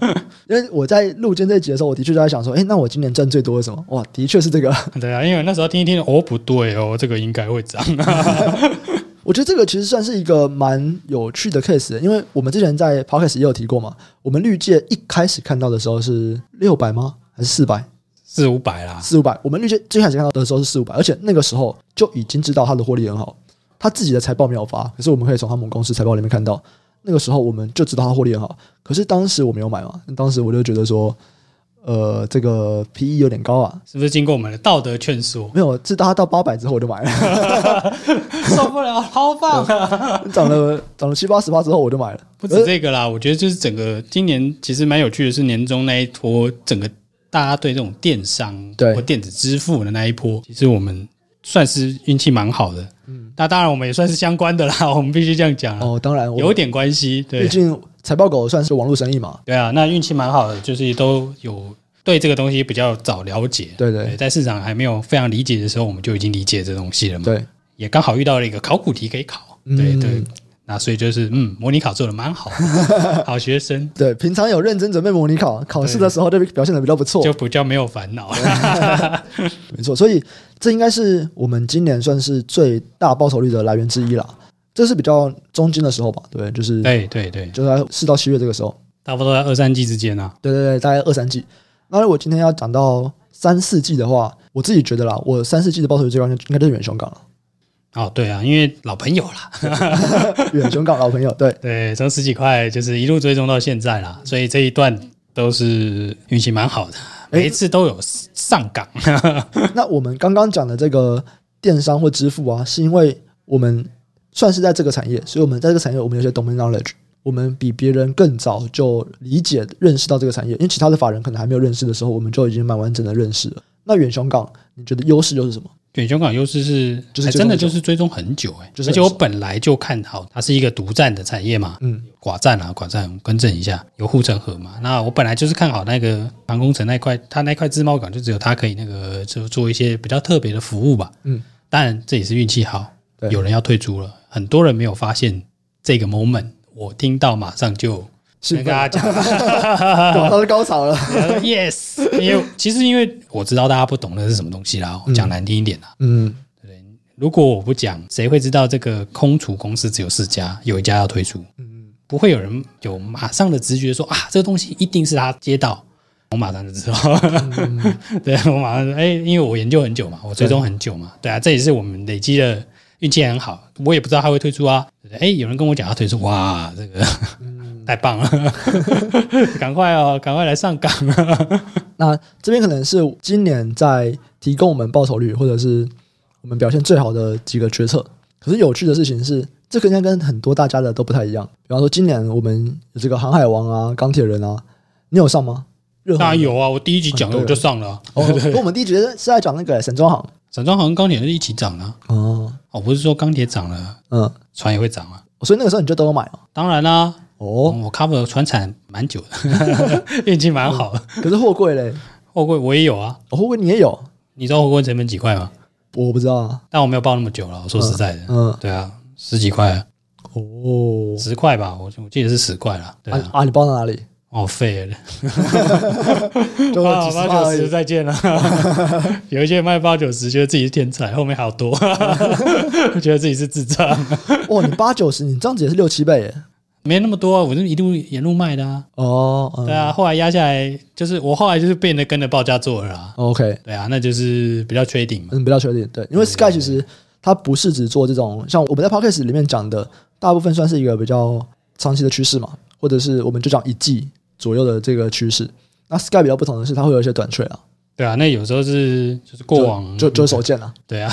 Speaker 1: 因为我在录今天这一集的时候，我的确就在想说，哎，那我今年赚最多的是什么？哇，的确是这个。
Speaker 2: 对啊，因为那时候听一听，哦，不对哦，这个应该会涨啊，
Speaker 1: 我觉得这个其实算是一个蛮有趣的 case，因为我们之前在 podcast 也有提过嘛，我们绿界一开始看到的时候是六百吗？还是四百？
Speaker 2: 四五百啦，
Speaker 1: 四五百，我们绿界最开始看到的时候是四五百，而且那个时候就已经知道它的获利很好，它自己的财报没有发，可是我们可以从他们公司财报里面看到，那个时候我们就知道它获利很好，可是当时我没有买嘛，当时我就觉得说，呃，这个 PE 有点高啊，
Speaker 2: 是不是经过我们的道德劝说？
Speaker 1: 没有，自它到八百之后我就买了。
Speaker 2: 受不了，好棒啊！
Speaker 1: 涨了涨了七八十趴之后我就买了，
Speaker 2: 不止这个啦，我觉得就是整个今年其实蛮有趣的是年终那一波，整个大家对这种电商
Speaker 1: 对
Speaker 2: 或电子支付的那一波，其实我们算是运气蛮好的。嗯，那当然我们也算是相关的啦， 我们必须这样讲啦，
Speaker 1: 哦，当然
Speaker 2: 有
Speaker 1: 我
Speaker 2: 点关系。对
Speaker 1: 毕，竟财报狗算是网络生意嘛，
Speaker 2: 对啊，那运气蛮好的，就是都有对这个东西比较早了解。
Speaker 1: 对对
Speaker 2: 在市场还没有非常理解的时候，我们就已经理解这东西了嘛。
Speaker 1: 对，
Speaker 2: 也刚好遇到了一个考古题可以考，
Speaker 1: 嗯
Speaker 2: 对对，那所以就是嗯，模拟考做的蛮好， 好学生
Speaker 1: 对，平常有认真准备模拟考，考试的时候就表现的比较不错，
Speaker 2: 就比较没有烦恼了。
Speaker 1: 没错。所以这应该是我们今年算是最大报酬率的来源之一啦。这是比较中间的时候吧，对，就是
Speaker 2: 对对对，
Speaker 1: 就在四到七月这个时候，
Speaker 2: 差不多在二三季之间啊。
Speaker 1: 对对对，大概二三季。那如果今天要讲到三四季的话，我自己觉得啦，我三四季的报酬率最高应该应该就是远雄港了，
Speaker 2: 哦，对啊，因为老朋友啦，
Speaker 1: 远雄港老朋友，对，
Speaker 2: 对，从十几块就是一路追踪到现在啦，所以这一段都是运气蛮好的，每一次都有上岗。
Speaker 1: 那我们刚刚讲的这个电商或支付啊，是因为我们算是在这个产业，所以我们在这个产业我们有些 domain knowledge，我们比别人更早就理解认识到这个产业，因为其他的法人可能还没有认识的时候，我们就已经蛮完整的认识了。那远雄港，你觉得优势又是什么？
Speaker 2: 卷胸港优势是，
Speaker 1: 就是追踪
Speaker 2: 还真的
Speaker 1: 很久
Speaker 2: 就是追踪很久哎、
Speaker 1: 就是
Speaker 2: 而
Speaker 1: 很
Speaker 2: 且我
Speaker 1: 熟
Speaker 2: 本来就看好它是一个独占的产业嘛，
Speaker 1: 嗯，
Speaker 2: 寡占啊，寡占，我更正一下，有护城河嘛。那我本来就是看好那个航空城那一块，它那块自贸港就只有它可以那个就做一些比较特别的服务吧。
Speaker 1: 嗯，
Speaker 2: 当然这也是运气好，
Speaker 1: 对
Speaker 2: 有人要退出了，很多人没有发现这个 moment，我听到马上就
Speaker 1: 兴
Speaker 2: 跟大
Speaker 1: 奋，
Speaker 2: 家 讲。
Speaker 1: 广啊告是高潮了。
Speaker 2: yes，因为其实因为我知道大家不懂的是什么东西啦，我讲难听一点啦，
Speaker 1: 嗯，
Speaker 2: 如果我不讲，谁会知道这个空厨公司只有四家，有一家要退出？
Speaker 1: 嗯
Speaker 2: 嗯，不会有人有马上的直觉说啊，这个东西一定是他接到，我马上就知道。 对，我马上说哎、因为我研究很久嘛，我追踪很久嘛，对啊，这也是我们累积的运气很好。我也不知道他会退出啊，对不对哎、有人跟我讲他退出，哇，这个太棒了， 赶快哦，赶快来上岗啊！
Speaker 1: 那这边可能是今年在提供我们报酬率，或者是我们表现最好的几个决策。可是有趣的事情是，这个应该跟很多大家的都不太一样。比方说，今年我们有这个航海王啊、钢铁人啊，你有上吗？热
Speaker 2: 当
Speaker 1: 红
Speaker 2: 然有啊，我第一集讲了我就上了啊，
Speaker 1: 哦，跟我们第一集是在讲那个沈庄 航
Speaker 2: 散装航空钢铁是一起涨啊，
Speaker 1: 哦，
Speaker 2: 哦，不是说钢铁涨了，啊
Speaker 1: 嗯，
Speaker 2: 船也会涨啊。
Speaker 1: 所以那个时候你就都有买哦。
Speaker 2: 当然啦、
Speaker 1: 哦，
Speaker 2: 我 cover 船产蛮久的， 运气蛮好的。
Speaker 1: 可是货柜嘞，
Speaker 2: 货柜我也有啊，
Speaker 1: 哦货柜你也有，
Speaker 2: 你知道货柜成本几块吗？
Speaker 1: 我不知道啊。
Speaker 2: 但我没有报那么久了，我说实在的，
Speaker 1: 嗯，
Speaker 2: 对啊，十几块、啊，
Speaker 1: 哦，
Speaker 2: 十块吧，我我记得是十块啦。对
Speaker 1: 啊
Speaker 2: 啊，
Speaker 1: 啊，你包到哪里？
Speaker 2: 哦，废了，
Speaker 1: 就
Speaker 2: 八
Speaker 1: 几十
Speaker 2: 八
Speaker 1: 趴
Speaker 2: 九
Speaker 1: 而
Speaker 2: 十
Speaker 1: 已。
Speaker 2: 再见了。 有一些卖八九十，觉得自己是天才，后面好多， 觉得自己是智障，
Speaker 1: 哇，哦你八九十，你这样子也是六七倍耶。
Speaker 2: 没那么多啊，我是一路沿路卖的啊。
Speaker 1: 哦，嗯、
Speaker 2: 对啊，后来压下来，就是我后来就是变得跟着报价做了啊。
Speaker 1: ，OK，
Speaker 2: 对啊，那就是比较确定嘛。
Speaker 1: 嗯，比较确定。对，因为 Sky 其实它不是只做这种，像我们在 Podcast 里面讲的，大部分算是一个比较长期的趋势嘛，或者是我们就讲一季左右的这个趋势。那 Sky 比较不同的是，它会有一些短缺啊，
Speaker 2: 对啊，那有时候是就是过往
Speaker 1: 就就手 贱啊，
Speaker 2: 对啊，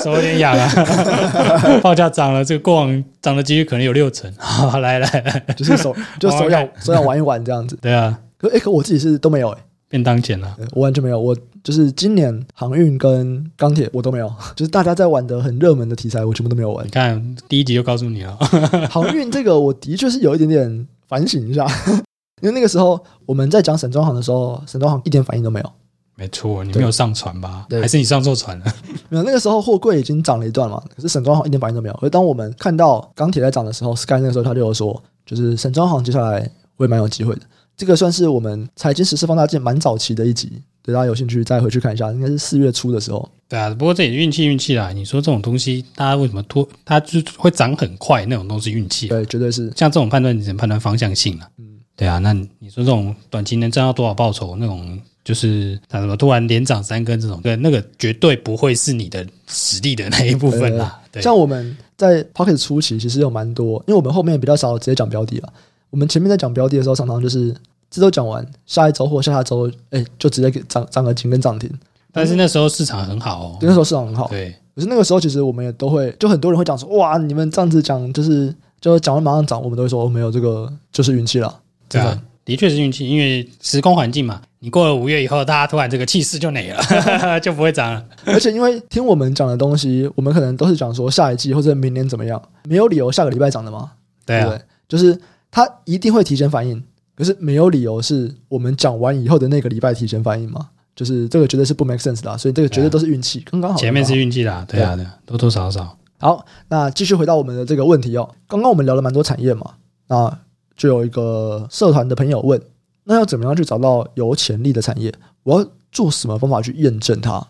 Speaker 2: 手有点痒啊，报价涨了，这 个过往涨的几率可能有六成。 好，来来来，
Speaker 1: 就是手就手痒
Speaker 2: OK
Speaker 1: 手痒玩一玩这样子。
Speaker 2: 对啊，
Speaker 1: 可哎、诶可我自己是都没有哎、
Speaker 2: 便当钱了。
Speaker 1: 呃我完全没有，我就是今年航运跟钢铁我都没有， 就是大家在玩的很热门的题材，我全部都没有玩
Speaker 2: 你。看第一集就告诉你了，
Speaker 1: 航运这个我的确是有一点点反省一下， 因为那个时候我们在讲沈庄行的时候，沈庄行一点反应都没有。
Speaker 2: 没错，你
Speaker 1: 对
Speaker 2: 没有上船吧？
Speaker 1: 对
Speaker 2: 还是你上错船了？
Speaker 1: 没有，那个时候货柜已经涨了一段嘛，可是沈庄行一点反应都没有。而当我们看到钢铁在涨的时候，Sky 那个时候他就有说，就是沈庄行接下来会蛮有机会的。这个算是我们财经时事放大镜蛮早期的一集，对大家有兴趣再回去看一下，应该是四月初的时候。
Speaker 2: 对啊，不过这也运气运气啦。你说这种东西，大家为什么拖？它就会涨很快，那种东西运气啊。
Speaker 1: 对，绝对是
Speaker 2: 像这种判断，你只能判断方向性了。嗯，对啊，那你说这种短期能赚到多少报酬，那种就是像什么突然连涨三根这种，对，那个绝对不会是你的实力的那一部分啦。对，
Speaker 1: 像我们在 Pocket 初期其实有蛮多，因为我们后面比较少直接讲标的了。我们前面在讲标的的时候，常常就是这周讲完，下一周或下下周，哎，就直接给涨涨个停跟涨停。
Speaker 2: 但是那时候市场很好哦
Speaker 1: 对，。那时候市场很好，
Speaker 2: 对，啊
Speaker 1: 可是那个时候，其实我们也都会，就很多人会讲说，哇，你们这样子讲，就是哎就是讲完马上涨，我们都会说，哦，没有这个就是运气了。
Speaker 2: 对
Speaker 1: 真
Speaker 2: 啊
Speaker 1: 的，
Speaker 2: 的确是运气，因为时空环境嘛，你过了五月以后，大家突然这个气势就馁 了，就不会涨了。
Speaker 1: 而且因为听我们讲的东西，我们可能都是讲说下一季或者明年怎么样，没有理由下个礼拜涨的嘛，
Speaker 2: 对
Speaker 1: 不
Speaker 2: 啊，
Speaker 1: 对？就是它一定会提前反应，可是没有理由是我们讲完以后的那个礼拜提前反应嘛，就是这个绝对是不 make sense 的啊、所以这个绝对都是运气，刚刚好。
Speaker 2: 前面是运气啦，对啊，
Speaker 1: 对
Speaker 2: 对啊，多多少少。
Speaker 1: 好，那继续回到我们的这个问题哦。刚刚我们聊了蛮多产业嘛，那就有一个社团的朋友问，那要怎么样去找到有潜力的产业？我要做什么方法去验证它？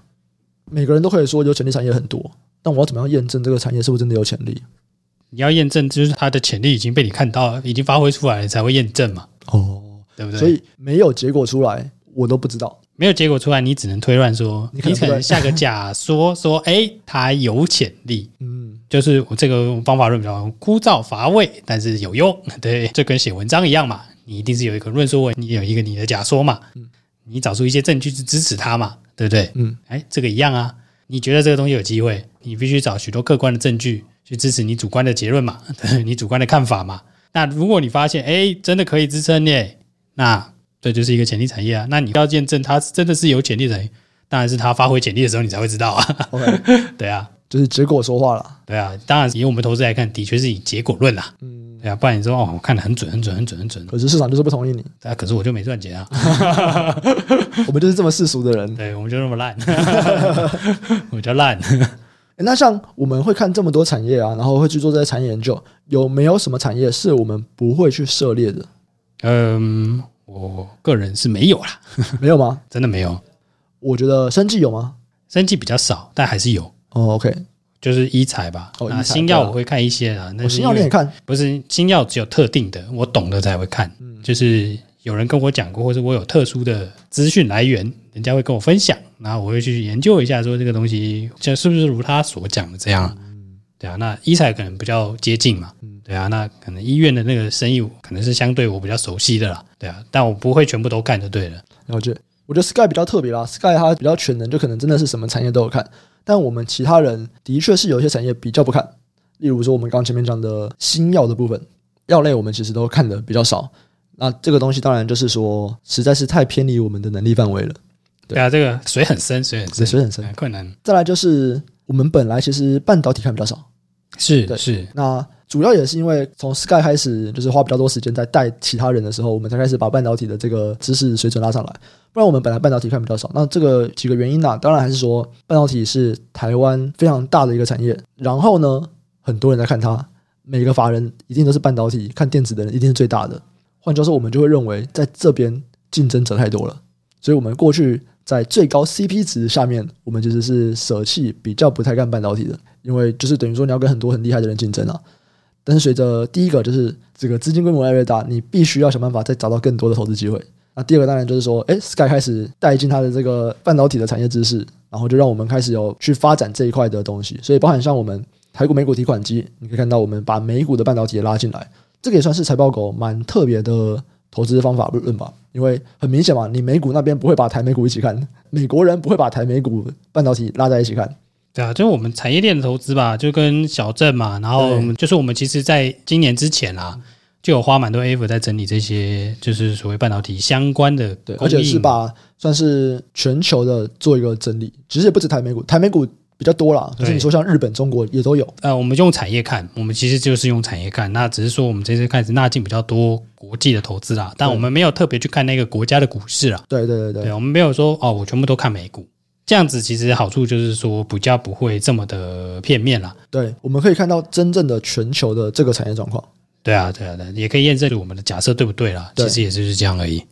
Speaker 1: 每个人都可以说有潜力产业很多，但我要怎么样验证这个产业是不是真的有潜力？
Speaker 2: 你要验证，就是它的潜力已经被你看到，已经发挥出来了，你才会验证嘛，
Speaker 1: 哦，
Speaker 2: 对不对？
Speaker 1: 所以没有结果出来，我都不知道。
Speaker 2: 没有结果出来，你只能推断说，
Speaker 1: 你
Speaker 2: 你
Speaker 1: 可
Speaker 2: 可
Speaker 1: 能
Speaker 2: 能
Speaker 1: 不对
Speaker 2: 下个假说说，哎，它有潜力，
Speaker 1: 嗯，
Speaker 2: 就是我这个方法论比较枯燥乏味，但是有用。 对，这跟写文章一样嘛，你一定是有一个论述问，你有一个你的假说嘛，你找出一些证据去支持它嘛，对不对？
Speaker 1: 嗯，
Speaker 2: 哎，这个一样啊，你觉得这个东西有机会，你必须找许多客观的证据去支持你主观的结论嘛， 你主观的看法嘛。那如果你发现，哎，真的可以支撑耶，那这就是一个潜力产业啊。那你要验证它真的是有潜力的，当然是它发挥潜力的时候，你才会知道啊。
Speaker 1: OK，
Speaker 2: 对啊，
Speaker 1: 就是结果说话了。
Speaker 2: 对啊，当然以我们投资来看，的确是以结果论啦。嗯，对啊，不然你说哦，我看的很准，很准，很准，很准，
Speaker 1: 可是市场就是不同意你，
Speaker 2: 啊，可是我就没赚钱啊。
Speaker 1: 嗯我们就是这么世俗的人。
Speaker 2: 对，我们就那么烂， 我就烂。
Speaker 1: 诶那像我们会看这么多产业啊，然后会去做这些产业研究，有没有什么产业是我们不会去涉猎的？
Speaker 2: 嗯，我个人是没有啦，
Speaker 1: 没有吗？
Speaker 2: 真的没有，
Speaker 1: 我觉得生技有吗？
Speaker 2: 生计比较少，但还是有，
Speaker 1: 哦，OK，
Speaker 2: 就是医材吧。
Speaker 1: 哦
Speaker 2: 那
Speaker 1: 医材
Speaker 2: 新
Speaker 1: 对啊
Speaker 2: 药我会看一些啦，
Speaker 1: 我
Speaker 2: 那是
Speaker 1: 新
Speaker 2: 因
Speaker 1: 药你也
Speaker 2: 为
Speaker 1: 看，
Speaker 2: 不是新药只有特定的，我懂的才会看，就是有人跟我讲过，或者我有特殊的资讯来源，人家会跟我分享，然后我会去研究一下，说这个东西就是不是如他所讲的这样。对啊，那医材可能比较接近嘛，对啊，那可能医院的那个生意可能是相对我比较熟悉的啦，对啊，但我不会全部都看就对了，
Speaker 1: 了解。我觉得 Sky 比较特别啦，Sky 它比较全能，就可能真的是什么产业都有看。但我们其他人的确是有一些产业比较不看，例如说我们刚前面讲的新药的部分，药类我们其实都看的比较少。那这个东西当然就是说，实在是太偏离我们的能力范围了，对
Speaker 2: 对啊，这个水很深，水很
Speaker 1: 水
Speaker 2: 深，哎
Speaker 1: 水很深。
Speaker 2: 很困难，
Speaker 1: 再来就是我们本来其实半导体看比较少，对
Speaker 2: 是是，
Speaker 1: 那主要也是因为从 Sky 开始，就是花比较多时间在带其他人的时候，我们才开始把半导体的这个知识水准拉上来。不然我们本来半导体看比较少。那这个几个原因呢、当然还是说半导体是台湾非常大的一个产业，然后呢，很多人在看它，每个法人一定都是半导体，看电子的人一定是最大的。换句话说，我们就会认为在这边竞争者太多了，所以我们过去在最高 CP 值下面，我们其实是舍弃比较不太干半导体的，因为就是等于说你要跟很多很厉害的人竞争啊。但是随着第一个就是这个资金规模越来越大，你必须要想办法再找到更多的投资机会。那第二个当然就是说，哎，Sky 开始带进它的这个半导体的产业知识，然后就让我们开始有去发展这一块的东西。所以包含像我们台股美股提款机，你可以看到我们把美股的半导体也拉进来，这个也算是财报狗蛮特别的投资方法论吧。因为很明显嘛，你美股那边不会把台美股一起看，美国人不会把台美股半导体拉在一起看。
Speaker 2: 对啊，就是我们产业链的投资吧，就跟小镇嘛，然后我们就是我们其实在今年之前啊，就有花蛮多 effort 在整理这些，就是所谓半导体相关的
Speaker 1: 对，
Speaker 2: 供
Speaker 1: 而且是
Speaker 2: 应。
Speaker 1: 把算是全球的做一个整理，其实也不止台美股，台美股比较多啦。可是
Speaker 2: 对
Speaker 1: 你说像日本、中国也都有，
Speaker 2: 呃，我们用产业看，我们其实就是用产业看，那只是说我们这次开始纳进比较多国际的投资啦，但
Speaker 1: 对
Speaker 2: 我们没有特别去看那个国家的股市啦。
Speaker 1: 对对对
Speaker 2: 对，我们没有说哦，我全部都看美股，这样子其实好处就是说比较不会这么的片面啦。
Speaker 1: 对，我们可以看到真正的全球的这个产业状况。
Speaker 2: 对啊，对啊，对啊，也可以验证我们的假设对不对啦。
Speaker 1: 对
Speaker 2: 其实也就是这样而已。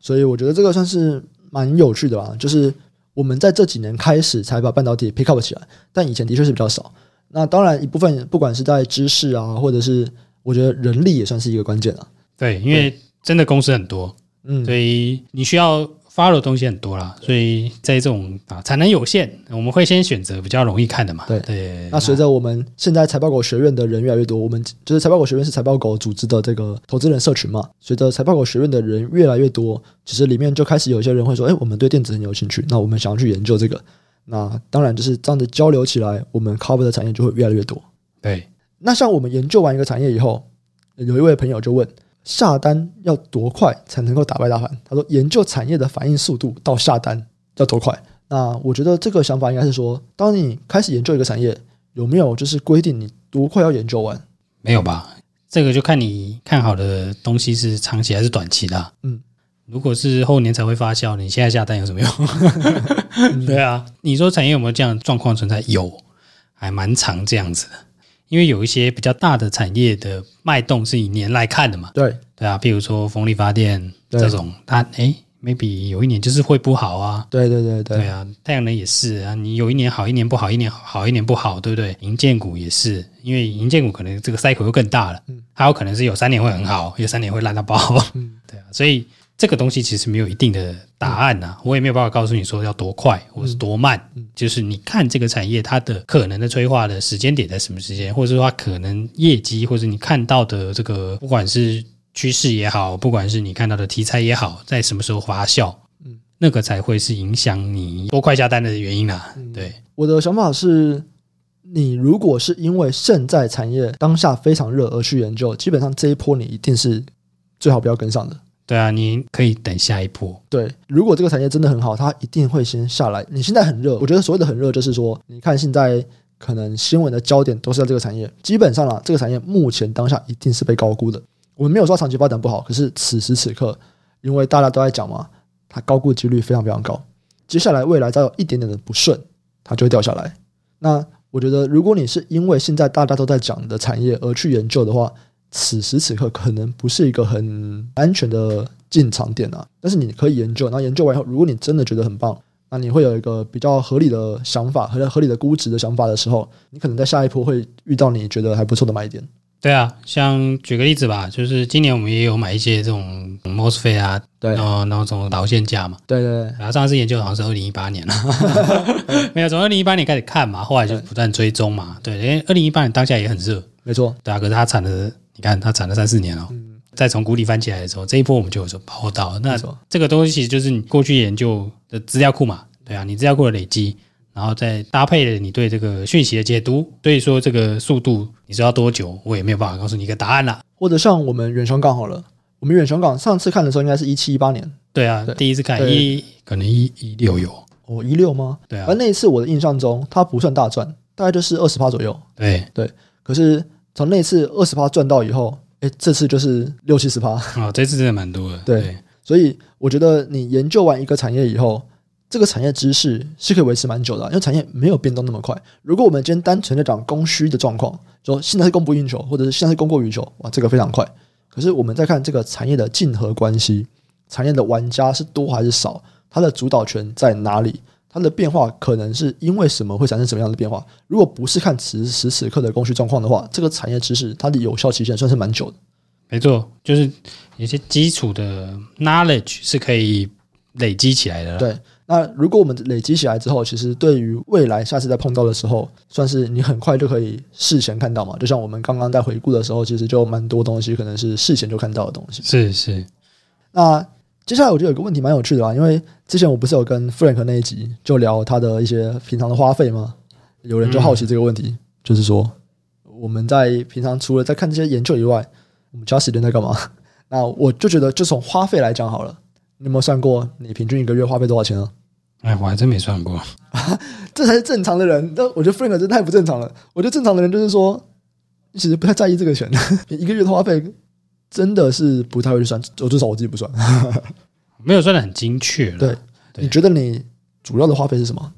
Speaker 1: 所以我觉得这个算是蛮有趣的吧。就是我们在这几年开始才把半导体 pick up 起来，但以前的确是比较少。那当然一部分不管是在知识啊，或者是我觉得人力也算是一个关键啊。
Speaker 2: 对，因为真的公司很多，
Speaker 1: 嗯，
Speaker 2: 所以你需要 follow 的东西很多啦。所以在这种啊产能有限，我们会先选择比较容易看的嘛。
Speaker 1: 对
Speaker 2: 对，
Speaker 1: 那随着我们现在财报狗学院的人越来越多，我们就是财报狗学院是财报狗组织的这个投资人社群嘛。随着财报狗学院的人越来越多，其实里面就开始有一些人会说：“哎，我们对电子很有兴趣，那我们想要去研究这个。”那当然就是这样子交流起来，我们 cover 的产业就会越来越多。
Speaker 2: 对
Speaker 1: 那像我们研究完一个产业以后，有一位朋友就问：下单要多快才能够打败大盘？他说，研究产业的反应速度到下单要多快？那我觉得这个想法应该是说，当你开始研究一个产业，有没有就是规定你多快要研究完？
Speaker 2: 没有吧？这个就看你看好的东西是长期还是短期的啊。
Speaker 1: 嗯
Speaker 2: 如果是后年才会发酵，你现在下单有什么
Speaker 1: 嗯
Speaker 2: 用？ 对啊，你说产业有没有这样的状况存在？有，还蛮长这样子的。因为有一些比较大的产业的脉动是以年来看的嘛，
Speaker 1: 对
Speaker 2: 对啊，譬如说风力发电
Speaker 1: 对
Speaker 2: 这种，它诶 maybe 有一年就是会不好啊，
Speaker 1: 对对对对，
Speaker 2: 对啊，太阳能也是啊，你有一年好，一年不好，一年好好，一年不好，对不对？银建股也是，因为银建股可能这个 cycle 又更大了，还有可能是有三年会很好，有三年会烂到爆， 对啊，所以这个东西其实没有一定的答案呐、啊，我也没有办法告诉你说要多快或是多慢，就是你看这个产业它的可能的催化的时间点在什么时间，或者说它可能业绩，或者你看到的这个不管是趋势也好，不管是你看到的题材也好，在什么时候发酵。那个才会是影响你多快下单的原因啦。对，
Speaker 1: 我的想法是，你如果是因为现在产业当下非常热而去研究，基本上这一波你一定是最好不要跟上的。
Speaker 2: 对啊，你可以等下一波。
Speaker 1: 对，如果这个产业真的很好，它一定会先下来。你现在很热，我觉得所谓的很热，就是说，你看现在可能新闻的焦点都是在这个产业，基本上啦，这个产业目前当下一定是被高估的。我们没有说长期发展不好，可是此时此刻，因为大家都在讲嘛，它高估几率非常非常高。接下来未来再有一点点的不顺，它就会掉下来。那我觉得，如果你是因为现在大家都在讲的产业而去研究的话，此时此刻可能不是一个很安全的进场点啊。但是你可以研究，然后研究完以后，如果你真的觉得很棒，那你会有一个比较合理的想法和合理的估值的想法的时候，你可能在下一波会遇到你觉得还不错的买点。
Speaker 2: 对啊，像举个例子吧，就是今年我们也有买一些这种 MOSFET 啊，
Speaker 1: 对
Speaker 2: 然后然后这种导线架嘛，
Speaker 1: 对对对
Speaker 2: 然后上次研究好像是二零一八年了，没有从二零一八年开始看嘛，后来就不断追踪嘛，对，因为二零一八年当下也很热，
Speaker 1: 没错，
Speaker 2: 对啊，可是它产了，你看它产了三四年了、再从谷底翻起来的时候，这一波我们就有所抛到。那
Speaker 1: 嗯没错
Speaker 2: 这个东西其实就是你过去研究的资料库嘛，对啊，你资料库的累积，然后再搭配了你对这个讯息的解读，所以说这个速度你说要多久，我也没有办法告诉你一个答案啦。
Speaker 1: 或者像我们远雄港好了，我们远雄港上次看的时候应该是一七一八年，
Speaker 2: 对啊，
Speaker 1: 对
Speaker 2: 第一次看
Speaker 1: 对
Speaker 2: 一可能一一六有，
Speaker 1: 哦一六吗？
Speaker 2: 对啊
Speaker 1: 而，那一次我的印象中，它不算大赚，大概就是二十趴左右。
Speaker 2: 对
Speaker 1: 可是从那次二十趴赚到以后，哎，这次就是六七十趴。
Speaker 2: 啊、这次真的蛮多的，
Speaker 1: 对所以我觉得你研究完一个产业以后，这个产业知识是可以维持蛮久的啊、因为产业没有变动那么快。如果我们今天单纯的讲供需的状况，说现在是供不应求，或者是现在是供过于求，哇，这个非常快。可是我们在看这个产业的竞合关系，产业的玩家是多还是少，它的主导权在哪里，它的变化可能是因为什么会产生什么样的变化。如果不是看此时此刻的供需状况的话，这个产业知识它的有效期限算是蛮久的。
Speaker 2: 没错，就是有些基础的 knowledge 是可以累积起来的啦。
Speaker 1: 对那如果我们累积起来之后，其实对于未来下次再碰到的时候，算是你很快就可以事前看到嘛。就像我们刚刚在回顾的时候，其实就蛮多东西可能是事前就看到的东西。
Speaker 2: 是是，
Speaker 1: 那接下来我觉得有个问题蛮有趣的啊，因为之前我不是有跟 Frank 那一集就聊他的一些平常的花费吗？有人就好奇这个问题，就是说我们在平常除了在看这些研究以外，我们其他时间在干嘛？那我就觉得，就从花费来讲好了，你有没有算过你平均一个月花费多少钱啊？
Speaker 2: 哎，我还真没算过。
Speaker 1: 这才是正常的人。那我觉得 Frank 真的太不正常了。我觉得正常的人就是说，其实不太在意这个钱， 一个月的花费真的是不太会去算，我至少我自己不算。
Speaker 2: 没有算的很精确了，
Speaker 1: 对
Speaker 2: 对
Speaker 1: 你觉得你主要的花费是什么？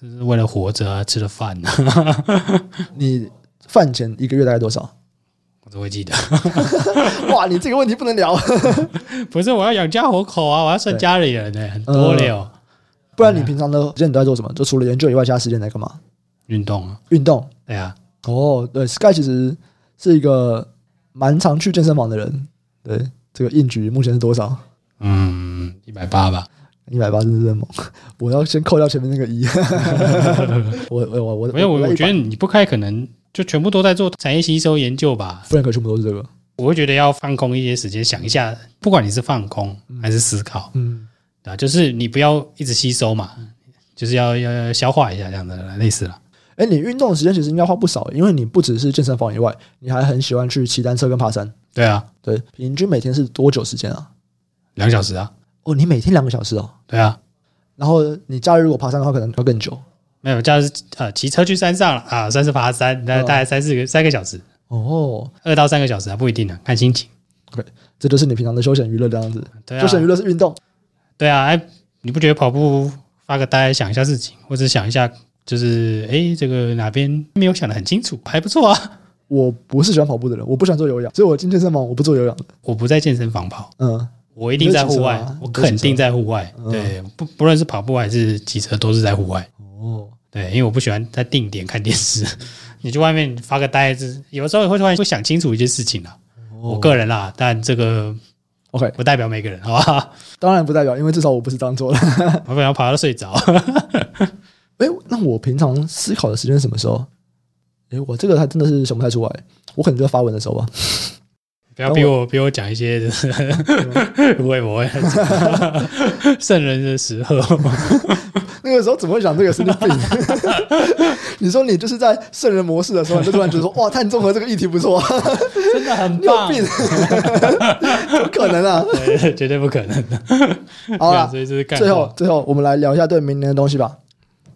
Speaker 2: 这是为了活着啊，吃了饭啊，
Speaker 1: 你饭钱一个月大概多少？
Speaker 2: 我都会记得。
Speaker 1: 哇，你这个问题不能聊，
Speaker 2: 不是，我要养家活口啊，我要算家里
Speaker 1: 嗯
Speaker 2: 人呢、很多了哟。
Speaker 1: 不然你平常的时间你都在做什么？就除了研究以外，其他时间在干嘛？
Speaker 2: 运动啊，
Speaker 1: 运动。
Speaker 2: 对啊，
Speaker 1: 哦，对，Sky 其实是一个蛮常去健身房的人。对，这个硬举目前是多少？
Speaker 2: 嗯，一百八吧。
Speaker 1: 一百八真是真猛！ 我要先扣掉前面那个 一。我我我我
Speaker 2: 没有，我我觉
Speaker 1: 得
Speaker 2: 得你不开可能就全部都在做产业吸收研究吧。
Speaker 1: Frank 全部都是这个。
Speaker 2: 我会觉得要放空一些时间，想一下，不管你是放空还是思考，
Speaker 1: 嗯，
Speaker 2: 对吧、就是你不要一直吸收嘛，就是要要要消化一下这样的类似啦。
Speaker 1: 哎，你运动的时间其实应该花不少，因为你不只是健身房以外，你还很喜欢去骑单车跟爬山。
Speaker 2: 对啊，
Speaker 1: 对，平均每天是多久时间啊？
Speaker 2: 两小时啊，
Speaker 1: 哦，你每天两个小时哦。
Speaker 2: 对啊，
Speaker 1: 然后你假日如果爬山的话，可能要更久。
Speaker 2: 没有，就是呃骑车去山上啊，算是爬山，那
Speaker 1: 嗯
Speaker 2: 大概三四个三个小时，
Speaker 1: 哦，
Speaker 2: 二到三个小时啊，不一定啊，看心情。
Speaker 1: 这就是你平常的休闲娱乐的样子。
Speaker 2: 对啊
Speaker 1: 休，闲娱乐是运动。
Speaker 2: 对啊，哎，你不觉得跑步发个呆，想一下事情，或者想一下，就是哎，这个哪边没有想得很清楚，还不错啊。
Speaker 1: 我不是喜欢跑步的人，我不喜欢做有氧，所以我进健身房我不做有氧的。
Speaker 2: 我不在健身房跑，
Speaker 1: 嗯，
Speaker 2: 我一定在户外
Speaker 1: 哦你不是骑车吗，嗯
Speaker 2: 我肯定在户外
Speaker 1: 你。不是骑
Speaker 2: 对，不不论是跑步还是骑车，都是在户外。
Speaker 1: 哦，
Speaker 2: 对，因为我不喜欢在定点看电视， 你去外面发个呆，就是有时候会突然会想清楚一些事情啊。
Speaker 1: 哦
Speaker 2: 我个人啦，但这个
Speaker 1: OK，
Speaker 2: 不代表每个人，好吧？
Speaker 1: 当然不代表，因为至少我不是这样做的。
Speaker 2: 我不想跑到睡着。
Speaker 1: 哎，那我平常思考的时间是什么时候？哎，我这个还真的是想不太出来，我可能就在发文的时候吧。
Speaker 2: 不要逼我逼我讲一些，不会不会，圣人的时候，
Speaker 1: 那个时候怎么会想这个神经病？ 你说你就是在圣人模式的时候，你就突然觉得说，哇，碳中和这个议题不错，
Speaker 2: 真的很
Speaker 1: 你有
Speaker 2: 棒，
Speaker 1: 病？ 不可能啊！
Speaker 2: 对绝对不可能的。
Speaker 1: 好啦
Speaker 2: 对所以这是干
Speaker 1: 最后
Speaker 2: 话，
Speaker 1: 最后我们来聊一下对明年的东西吧。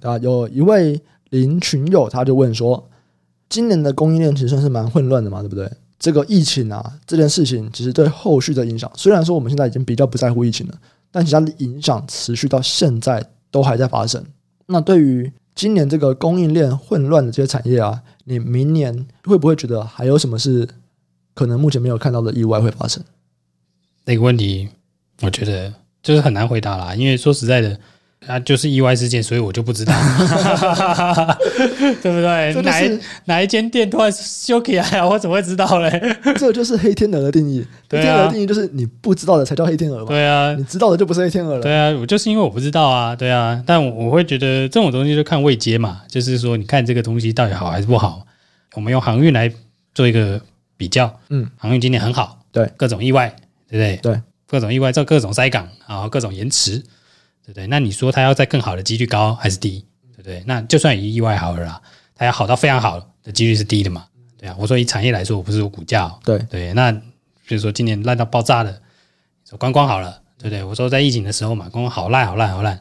Speaker 1: 啊，有一位林群友他就问说，今年的供应链其实算是蛮混乱的嘛，对不对？这个疫情啊，这件事情其实对后续的影响，虽然说我们现在已经比较不在乎疫情了，但其实它的影响持续到现在都还在发生。那对于今年这个供应链混乱的这些产业啊，你明年会不会觉得还有什么是可能目前没有看到的意外会发生？
Speaker 2: 那个问题，我觉得就是很难回答啦，因为说实在的。啊，就是意外事件，所以我就不知道，对不对？
Speaker 1: 这就
Speaker 2: 哪
Speaker 1: 是
Speaker 2: 一哪一间店突然修起来了，我怎么会知道嘞？
Speaker 1: 这就是黑天鹅的定义。
Speaker 2: 对
Speaker 1: 黑
Speaker 2: 啊
Speaker 1: 天鹅的定义就是你不知道的才叫黑天鹅嘛，
Speaker 2: 对啊
Speaker 1: 你，知道的就不是黑天鹅了。
Speaker 2: 对啊，我就是因为我不知道啊，对啊，但我我会觉得这种东西就看位阶嘛，就是说你看这个东西到底好还是不好。我们用航运来做一个比较，
Speaker 1: 嗯，
Speaker 2: 航运今年很好，
Speaker 1: 对，
Speaker 2: 各种意外，对不对？
Speaker 1: 对，
Speaker 2: 各种意外，这各种塞港啊，各种延迟，对不对？那你说它要在更好的几率高还是低，对不对？那就算以意外好了啦，它要好到非常好的几率是低的嘛，对啊。我说以产业来说，我不是说股价、哦，
Speaker 1: 对
Speaker 2: 对，那比如说今年烂到爆炸的，说观光好了，对不对？我说在疫情的时候嘛，观光好烂好烂好烂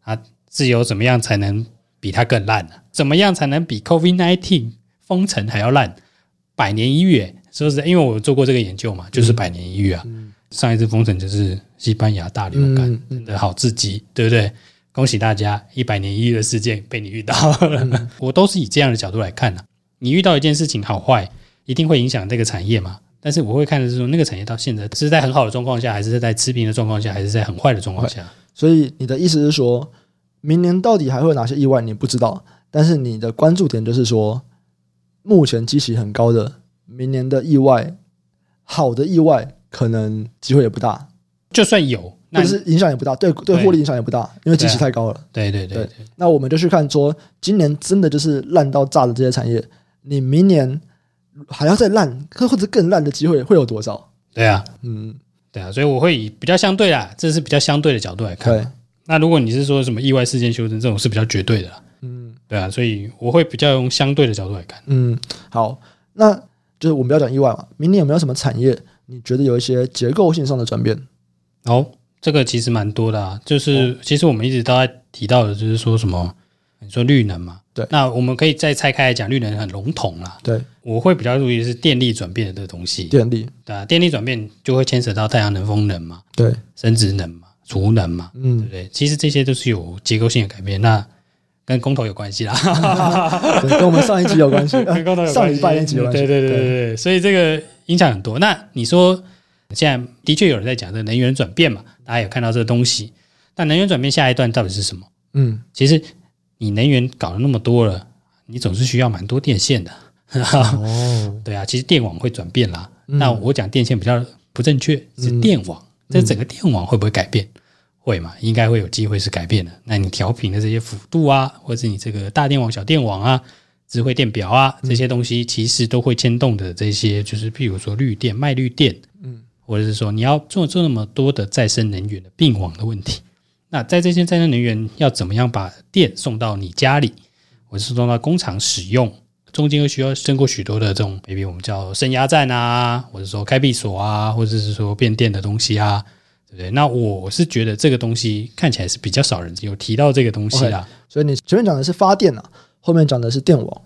Speaker 2: 啊，自由怎么样才能比它更烂呢、啊怎么样才能比 COVID nineteen 封城还要烂？百年一遇、欸，说实在，因为我做过这个研究嘛，就是百年一遇啊。上一次封城就是西班牙大流感，
Speaker 1: 嗯嗯
Speaker 2: 真的好至极，对不对？恭喜大家，一百年一遇的事件被你遇到了。
Speaker 1: 嗯
Speaker 2: 啊我都是以这样的角度来看的、你遇到一件事情好坏，一定会影响这个产业嘛，但是我会看的是说，那个产业到现在是在很好的状况下，还是在持平的状况下，还是在很坏的状况下？
Speaker 1: 所以你的意思是说，明年到底还会有哪些意外你不知道，但是你的关注点就是说，目前基期很高的明年的意外，好的意外可能机会也不大，
Speaker 2: 就算有，那
Speaker 1: 但是影响也不大，对对
Speaker 2: 对
Speaker 1: 获利影响也不大，因为基期
Speaker 2: 对啊
Speaker 1: 太高了。
Speaker 2: 对对对
Speaker 1: 对那我们就去看说，今年真的就是烂到炸的这些产业，你明年还要再烂，或或者更烂的机会会有多少？
Speaker 2: 对啊，
Speaker 1: 嗯，
Speaker 2: 对啊，所以我会以比较相对啦，这是比较相对的角度来看。
Speaker 1: 对，
Speaker 2: 那如果你是说什么意外事件修正这种是比较绝对的啦，
Speaker 1: 嗯
Speaker 2: 对啊，所以我会比较用相对的角度来看。
Speaker 1: 嗯，好，那就是我们不要讲意外嘛，明年有没有什么产业你觉得有一些结构性上的转变？
Speaker 2: 哦，这个其实蛮多的啊，就是其实我们一直都在提到的，就是说什么你说绿能嘛，
Speaker 1: 对
Speaker 2: 那我们可以再拆开来讲，绿能很笼统啦。
Speaker 1: 对，
Speaker 2: 我会比较注意的是电力转变的这个东西，
Speaker 1: 电力，
Speaker 2: 对啊，电力转变就会牵扯到太阳能、风能嘛、
Speaker 1: 对，
Speaker 2: 生殖能嘛、储能嘛，对
Speaker 1: 嗯
Speaker 2: 不，对？其实这些都是有结构性的改变，那跟公投有关系啦。
Speaker 1: 对跟我们上一集有关系，呃
Speaker 2: 跟高端有关系
Speaker 1: 上礼拜那集有关系，
Speaker 2: 对对对对对，对所以这个影响很多。那你说现在的确有人在讲这个能源转变嘛，大家有看到这个东西。那能源转变下一段到底是什么？
Speaker 1: 嗯，
Speaker 2: 其实你能源搞了那么多了，你总是需要蛮多电线的。
Speaker 1: 哦，
Speaker 2: 对啊，其实电网会转变啦。
Speaker 1: 嗯
Speaker 2: 那我讲电线比较不正确，是电网，
Speaker 1: 嗯
Speaker 2: 这整个电网会不会改变？会嘛，应该会有机会是改变的。那你调频的这些幅度啊，或者是你这个大电网、小电网啊、智慧电表啊这
Speaker 1: 嗯
Speaker 2: 些东西，其实都会牵动的这些，就是譬如说绿电、卖绿电，
Speaker 1: 嗯，
Speaker 2: 或者是说你要做做那么多的再生能源的并网的问题。那在这些再生能源要怎么样把电送到你家里，或者是送到工厂使用，中间又需要经过许多的这种，maybe 我们叫升压站啊，或者说开闭锁啊，或者是说变电的东西啊，对不对？那我是觉得这个东西看起来是比较少人有提到这个东西啦
Speaker 1: 所以你前面讲的是发电啊，后面讲的是电网，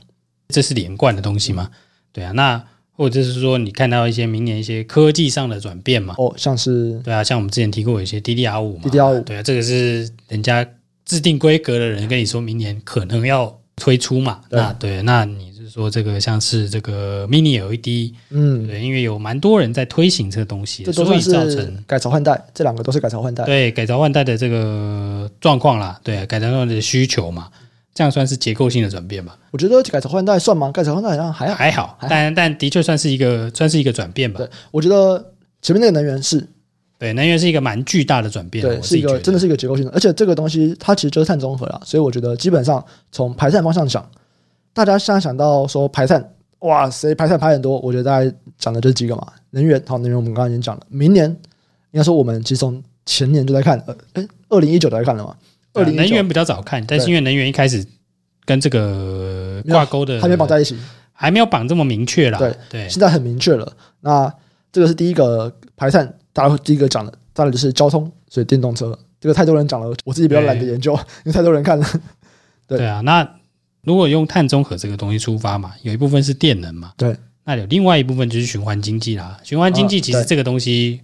Speaker 2: 这是连贯的东西嘛？对啊，那或者是说你看到一些明年一些科技上的转变嘛？
Speaker 1: 哦，像是
Speaker 2: 对啊，像我们之前提过有一些 DDR 五嘛
Speaker 1: DDR5
Speaker 2: 对啊，这个是人家制定规格的人跟你说明年可能要推出嘛，
Speaker 1: 对
Speaker 2: 那对，那你是说这个像是这个 Mini E LED，
Speaker 1: 嗯，
Speaker 2: 对，因为有蛮多人在推行这个东西，
Speaker 1: 这都算
Speaker 2: 所以造
Speaker 1: 是
Speaker 2: 成
Speaker 1: 改朝换代，这两个都是改朝换代。
Speaker 2: 对改朝换代的这个状况啦，对改朝换代的需求嘛，这样算是结构性的转变吧，
Speaker 1: 我觉得改朝换代算吗？改朝换代好像哎还好。
Speaker 2: 还好，但但的确算是一个算是一个转变吧
Speaker 1: 对，我觉得前面那个能源是
Speaker 2: 对，能源是一个蛮巨大的转变，我
Speaker 1: 对，
Speaker 2: 自
Speaker 1: 是一
Speaker 2: 己觉
Speaker 1: 个
Speaker 2: 得
Speaker 1: 真的是一个结构性的，而且这个东西它其实就是碳中和啦，所以我觉得基本上从排碳方向想，大家现在想到说排碳，哇，谁排碳排很多？我觉得大家讲的就是几个嘛，能源，好，能源我们刚刚已经讲了，明年应该说我们其实从前年就在看，呃，哎，二零一九就在看了嘛，二
Speaker 2: 对啊
Speaker 1: 零
Speaker 2: 能
Speaker 1: 一九
Speaker 2: 源比较早看，但是
Speaker 1: 对
Speaker 2: 因为能源一开始跟这个
Speaker 1: 没有
Speaker 2: 挂钩的
Speaker 1: 还没绑在一起，
Speaker 2: 还没有绑这么明确啦，
Speaker 1: 对
Speaker 2: 对
Speaker 1: 现在很明确了。那这个是第一个排碳，大家会第一个讲的，再来就是交通，所以电动车这个太多人讲了，我自己比较懒得研究，因为太多人看了。对
Speaker 2: 对啊，那如果用碳中和这个东西出发嘛，有一部分是电能嘛，
Speaker 1: 对，
Speaker 2: 那有另外一部分就是循环经济啦。循环经济
Speaker 1: 啊
Speaker 2: 其实
Speaker 1: 对
Speaker 2: 这个东西，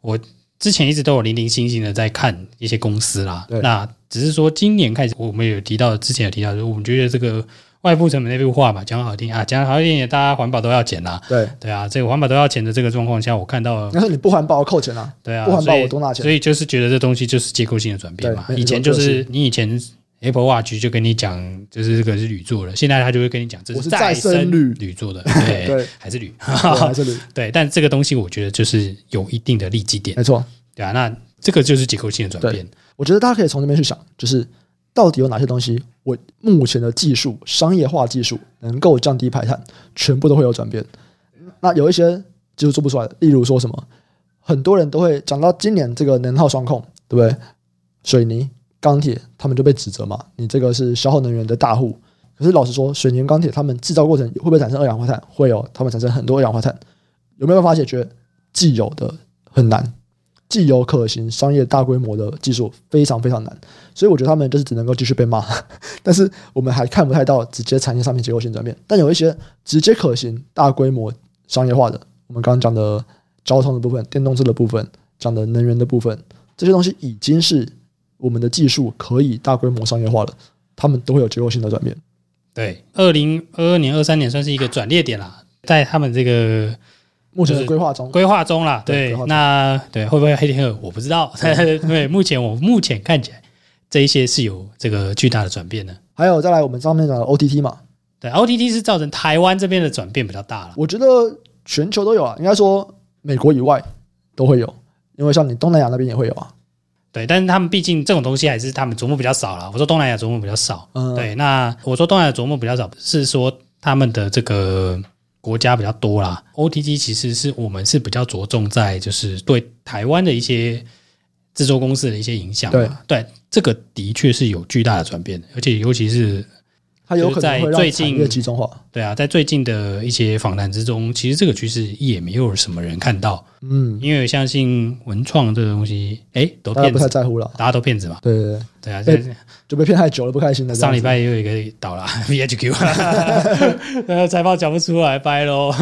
Speaker 2: 我之前一直都有零零星星的在看一些公司啦
Speaker 1: 对。
Speaker 2: 那只是说今年开始，我们有提到之前有提到，就是我们觉得这个外部成本那句话嘛，讲好听啊，讲好听也大家环保都要钱啦。
Speaker 1: 对，
Speaker 2: 对啊，这个环保都要钱的这个状况下，我看到了
Speaker 1: 但是你不环保扣钱 啊，
Speaker 2: 对啊，
Speaker 1: 不环保
Speaker 2: 所以
Speaker 1: 我多拿钱
Speaker 2: 所以就是觉得这东西就是结构性的转变嘛。
Speaker 1: 对没
Speaker 2: 以前
Speaker 1: 错
Speaker 2: 就
Speaker 1: 就是
Speaker 2: 是你以前 Apple Watch 就跟你讲，就是这个是铝做的，现在他就会跟你讲这
Speaker 1: 我是再
Speaker 2: 再
Speaker 1: 生铝
Speaker 2: 铝做的，对，
Speaker 1: 对
Speaker 2: 还是铝，
Speaker 1: 对啊还是铝
Speaker 2: 对。但这个东西我觉得就是有一定的利基点，
Speaker 1: 没错。
Speaker 2: 对啊，那这个就是结构性的转变，
Speaker 1: 我觉得大家可以从那边去想，就是到底有哪些东西，我目前的技术、商业化技术能够降低排碳，全部都会有转变。那有一些就是做不出来的，例如说什么，很多人都会讲到今年这个能耗双控，对不对？水泥、钢铁，他们就被指责嘛，你这个是消耗能源的大户。可是老实说，水泥、钢铁他们制造过程会不会产生二氧化碳？会哦，他们产生很多二氧化碳，有没有办法解决？既有的很难，既有可行商业大规模的技术非常非常难，所以我觉得他们就是只能够继续被骂， 但是我们还看不太到直接产业上面结构性转变，但有一些直接可行大规模商业化的，我们刚刚讲的交通的部分、电动车的部分、讲的能源的部分，这些东西已经是我们的技术可以大规模商业化了，他们都会有结构性的转变。
Speaker 2: 对。二零二二年、二三年算是一个转捩点啦，在他们这个
Speaker 1: 目前
Speaker 2: 就
Speaker 1: 的
Speaker 2: 是
Speaker 1: 规划中，
Speaker 2: 规划中啦，
Speaker 1: 对
Speaker 2: 对
Speaker 1: 规划，中
Speaker 2: 那对会不会黑天鹅我不知道， 对，目前我目前看起来这一些是有这个巨大的转变的。
Speaker 1: 还有再来我们上面讲的 OTT 嘛，
Speaker 2: 对，OTT 是造成台湾这边的转变比较大了。
Speaker 1: 我觉得全球都有啊，应该说美国以外都会有，因为像你东南亚那边也会有啊。
Speaker 2: 对，但是他们毕竟这种东西还是他们琢磨比较少啦。我说东南亚琢磨比较少，
Speaker 1: 嗯
Speaker 2: 对，那我说东南亚琢磨比较少，是说他们的这个国家比较多啦。OTT 其实是我们是比较着重在就是对台湾的一些制作公司的一些影响嘛，对，这个的确是有巨大的转变的，而且尤其是
Speaker 1: 它有可能会
Speaker 2: 就是在
Speaker 1: 让
Speaker 2: 最
Speaker 1: 产
Speaker 2: 近
Speaker 1: 业集中化。
Speaker 2: 对啊，在最近的一些访谈之中，其实这个趋势也没有什么人看到，
Speaker 1: 嗯，
Speaker 2: 因为我相信文创这个东西，哎，都
Speaker 1: 大家
Speaker 2: 骗
Speaker 1: 不太
Speaker 2: 子，
Speaker 1: 在乎了。
Speaker 2: 大家都骗子嘛，
Speaker 1: 对对对，
Speaker 2: 对啊，
Speaker 1: 被
Speaker 2: 现在
Speaker 1: 就被骗太久了，不开心了。
Speaker 2: 上礼
Speaker 1: 拜
Speaker 2: 拜也有一个倒了 VHQ，呃，财报讲不出来，掰喽。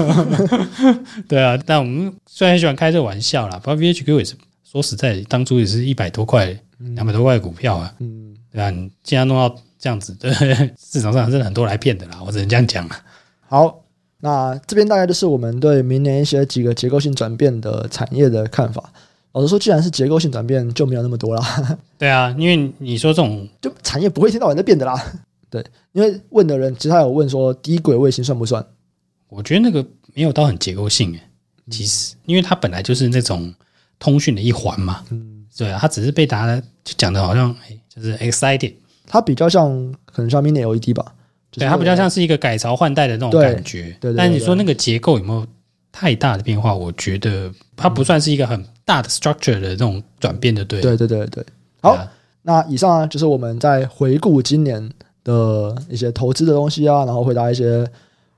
Speaker 2: 对啊，但我们虽然很喜欢开这玩笑啦，不过 VHQ 也是说实在，当初也是一百多块、两百多块的股票啊，
Speaker 1: 嗯，
Speaker 2: 对啊，你既然弄到这样子， 对，市场上真的很多来骗的啦，我只能这样讲啦。
Speaker 1: 好，那这边大概就是我们对明年一些几个结构性转变的产业的看法。老实说，既然是结构性转变，就没有那么多啦，
Speaker 2: 对啊，因为你说这种
Speaker 1: 就产业不会一天到晚在变的啦。对，因为问的人其实他有问说低轨卫星算不算？
Speaker 2: 我觉得那个没有到很结构性诶，其实，因为它本来就是那种通讯的一环嘛，
Speaker 1: 嗯，
Speaker 2: 对啊，它只是被大家就讲的好像诶就是 excited，
Speaker 1: 它比较像可能像 mini LED 吧，就是
Speaker 2: 对，它比较像是一个改朝换代的那种
Speaker 1: 对
Speaker 2: 感觉。
Speaker 1: 对对
Speaker 2: 但你
Speaker 1: 对
Speaker 2: 说那个结构有没有太大的变化？我觉得它不算是一个很大的 structure 的那种转变的，对
Speaker 1: 对对对对。好，
Speaker 2: 对啊
Speaker 1: 那以上啊，就是我们在回顾今年的一些投资的东西啊，然后回答一些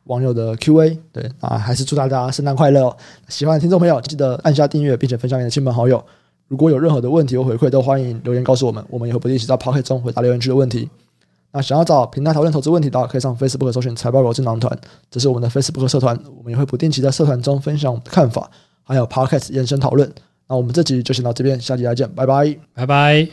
Speaker 1: 网友的 Q&A。对啊，还是祝大家圣诞快乐、哦！喜欢的听众朋友记得按下订阅，并且分享给你的亲朋好友。如果有任何的问题或回馈，都欢迎留言告诉我们，我们也会不定期在 p o c k e t 中回答留言区的问题。那想要找平台讨论投资问题的话，可以上 Facebook 搜寻“财报狗智囊团”，这是我们的 Facebook 社团，我们也会不定期在社团中分享我们的看法，还有 Podcast 延伸讨论。那我们这集就先到这边，下集再见，拜拜。
Speaker 2: 拜拜。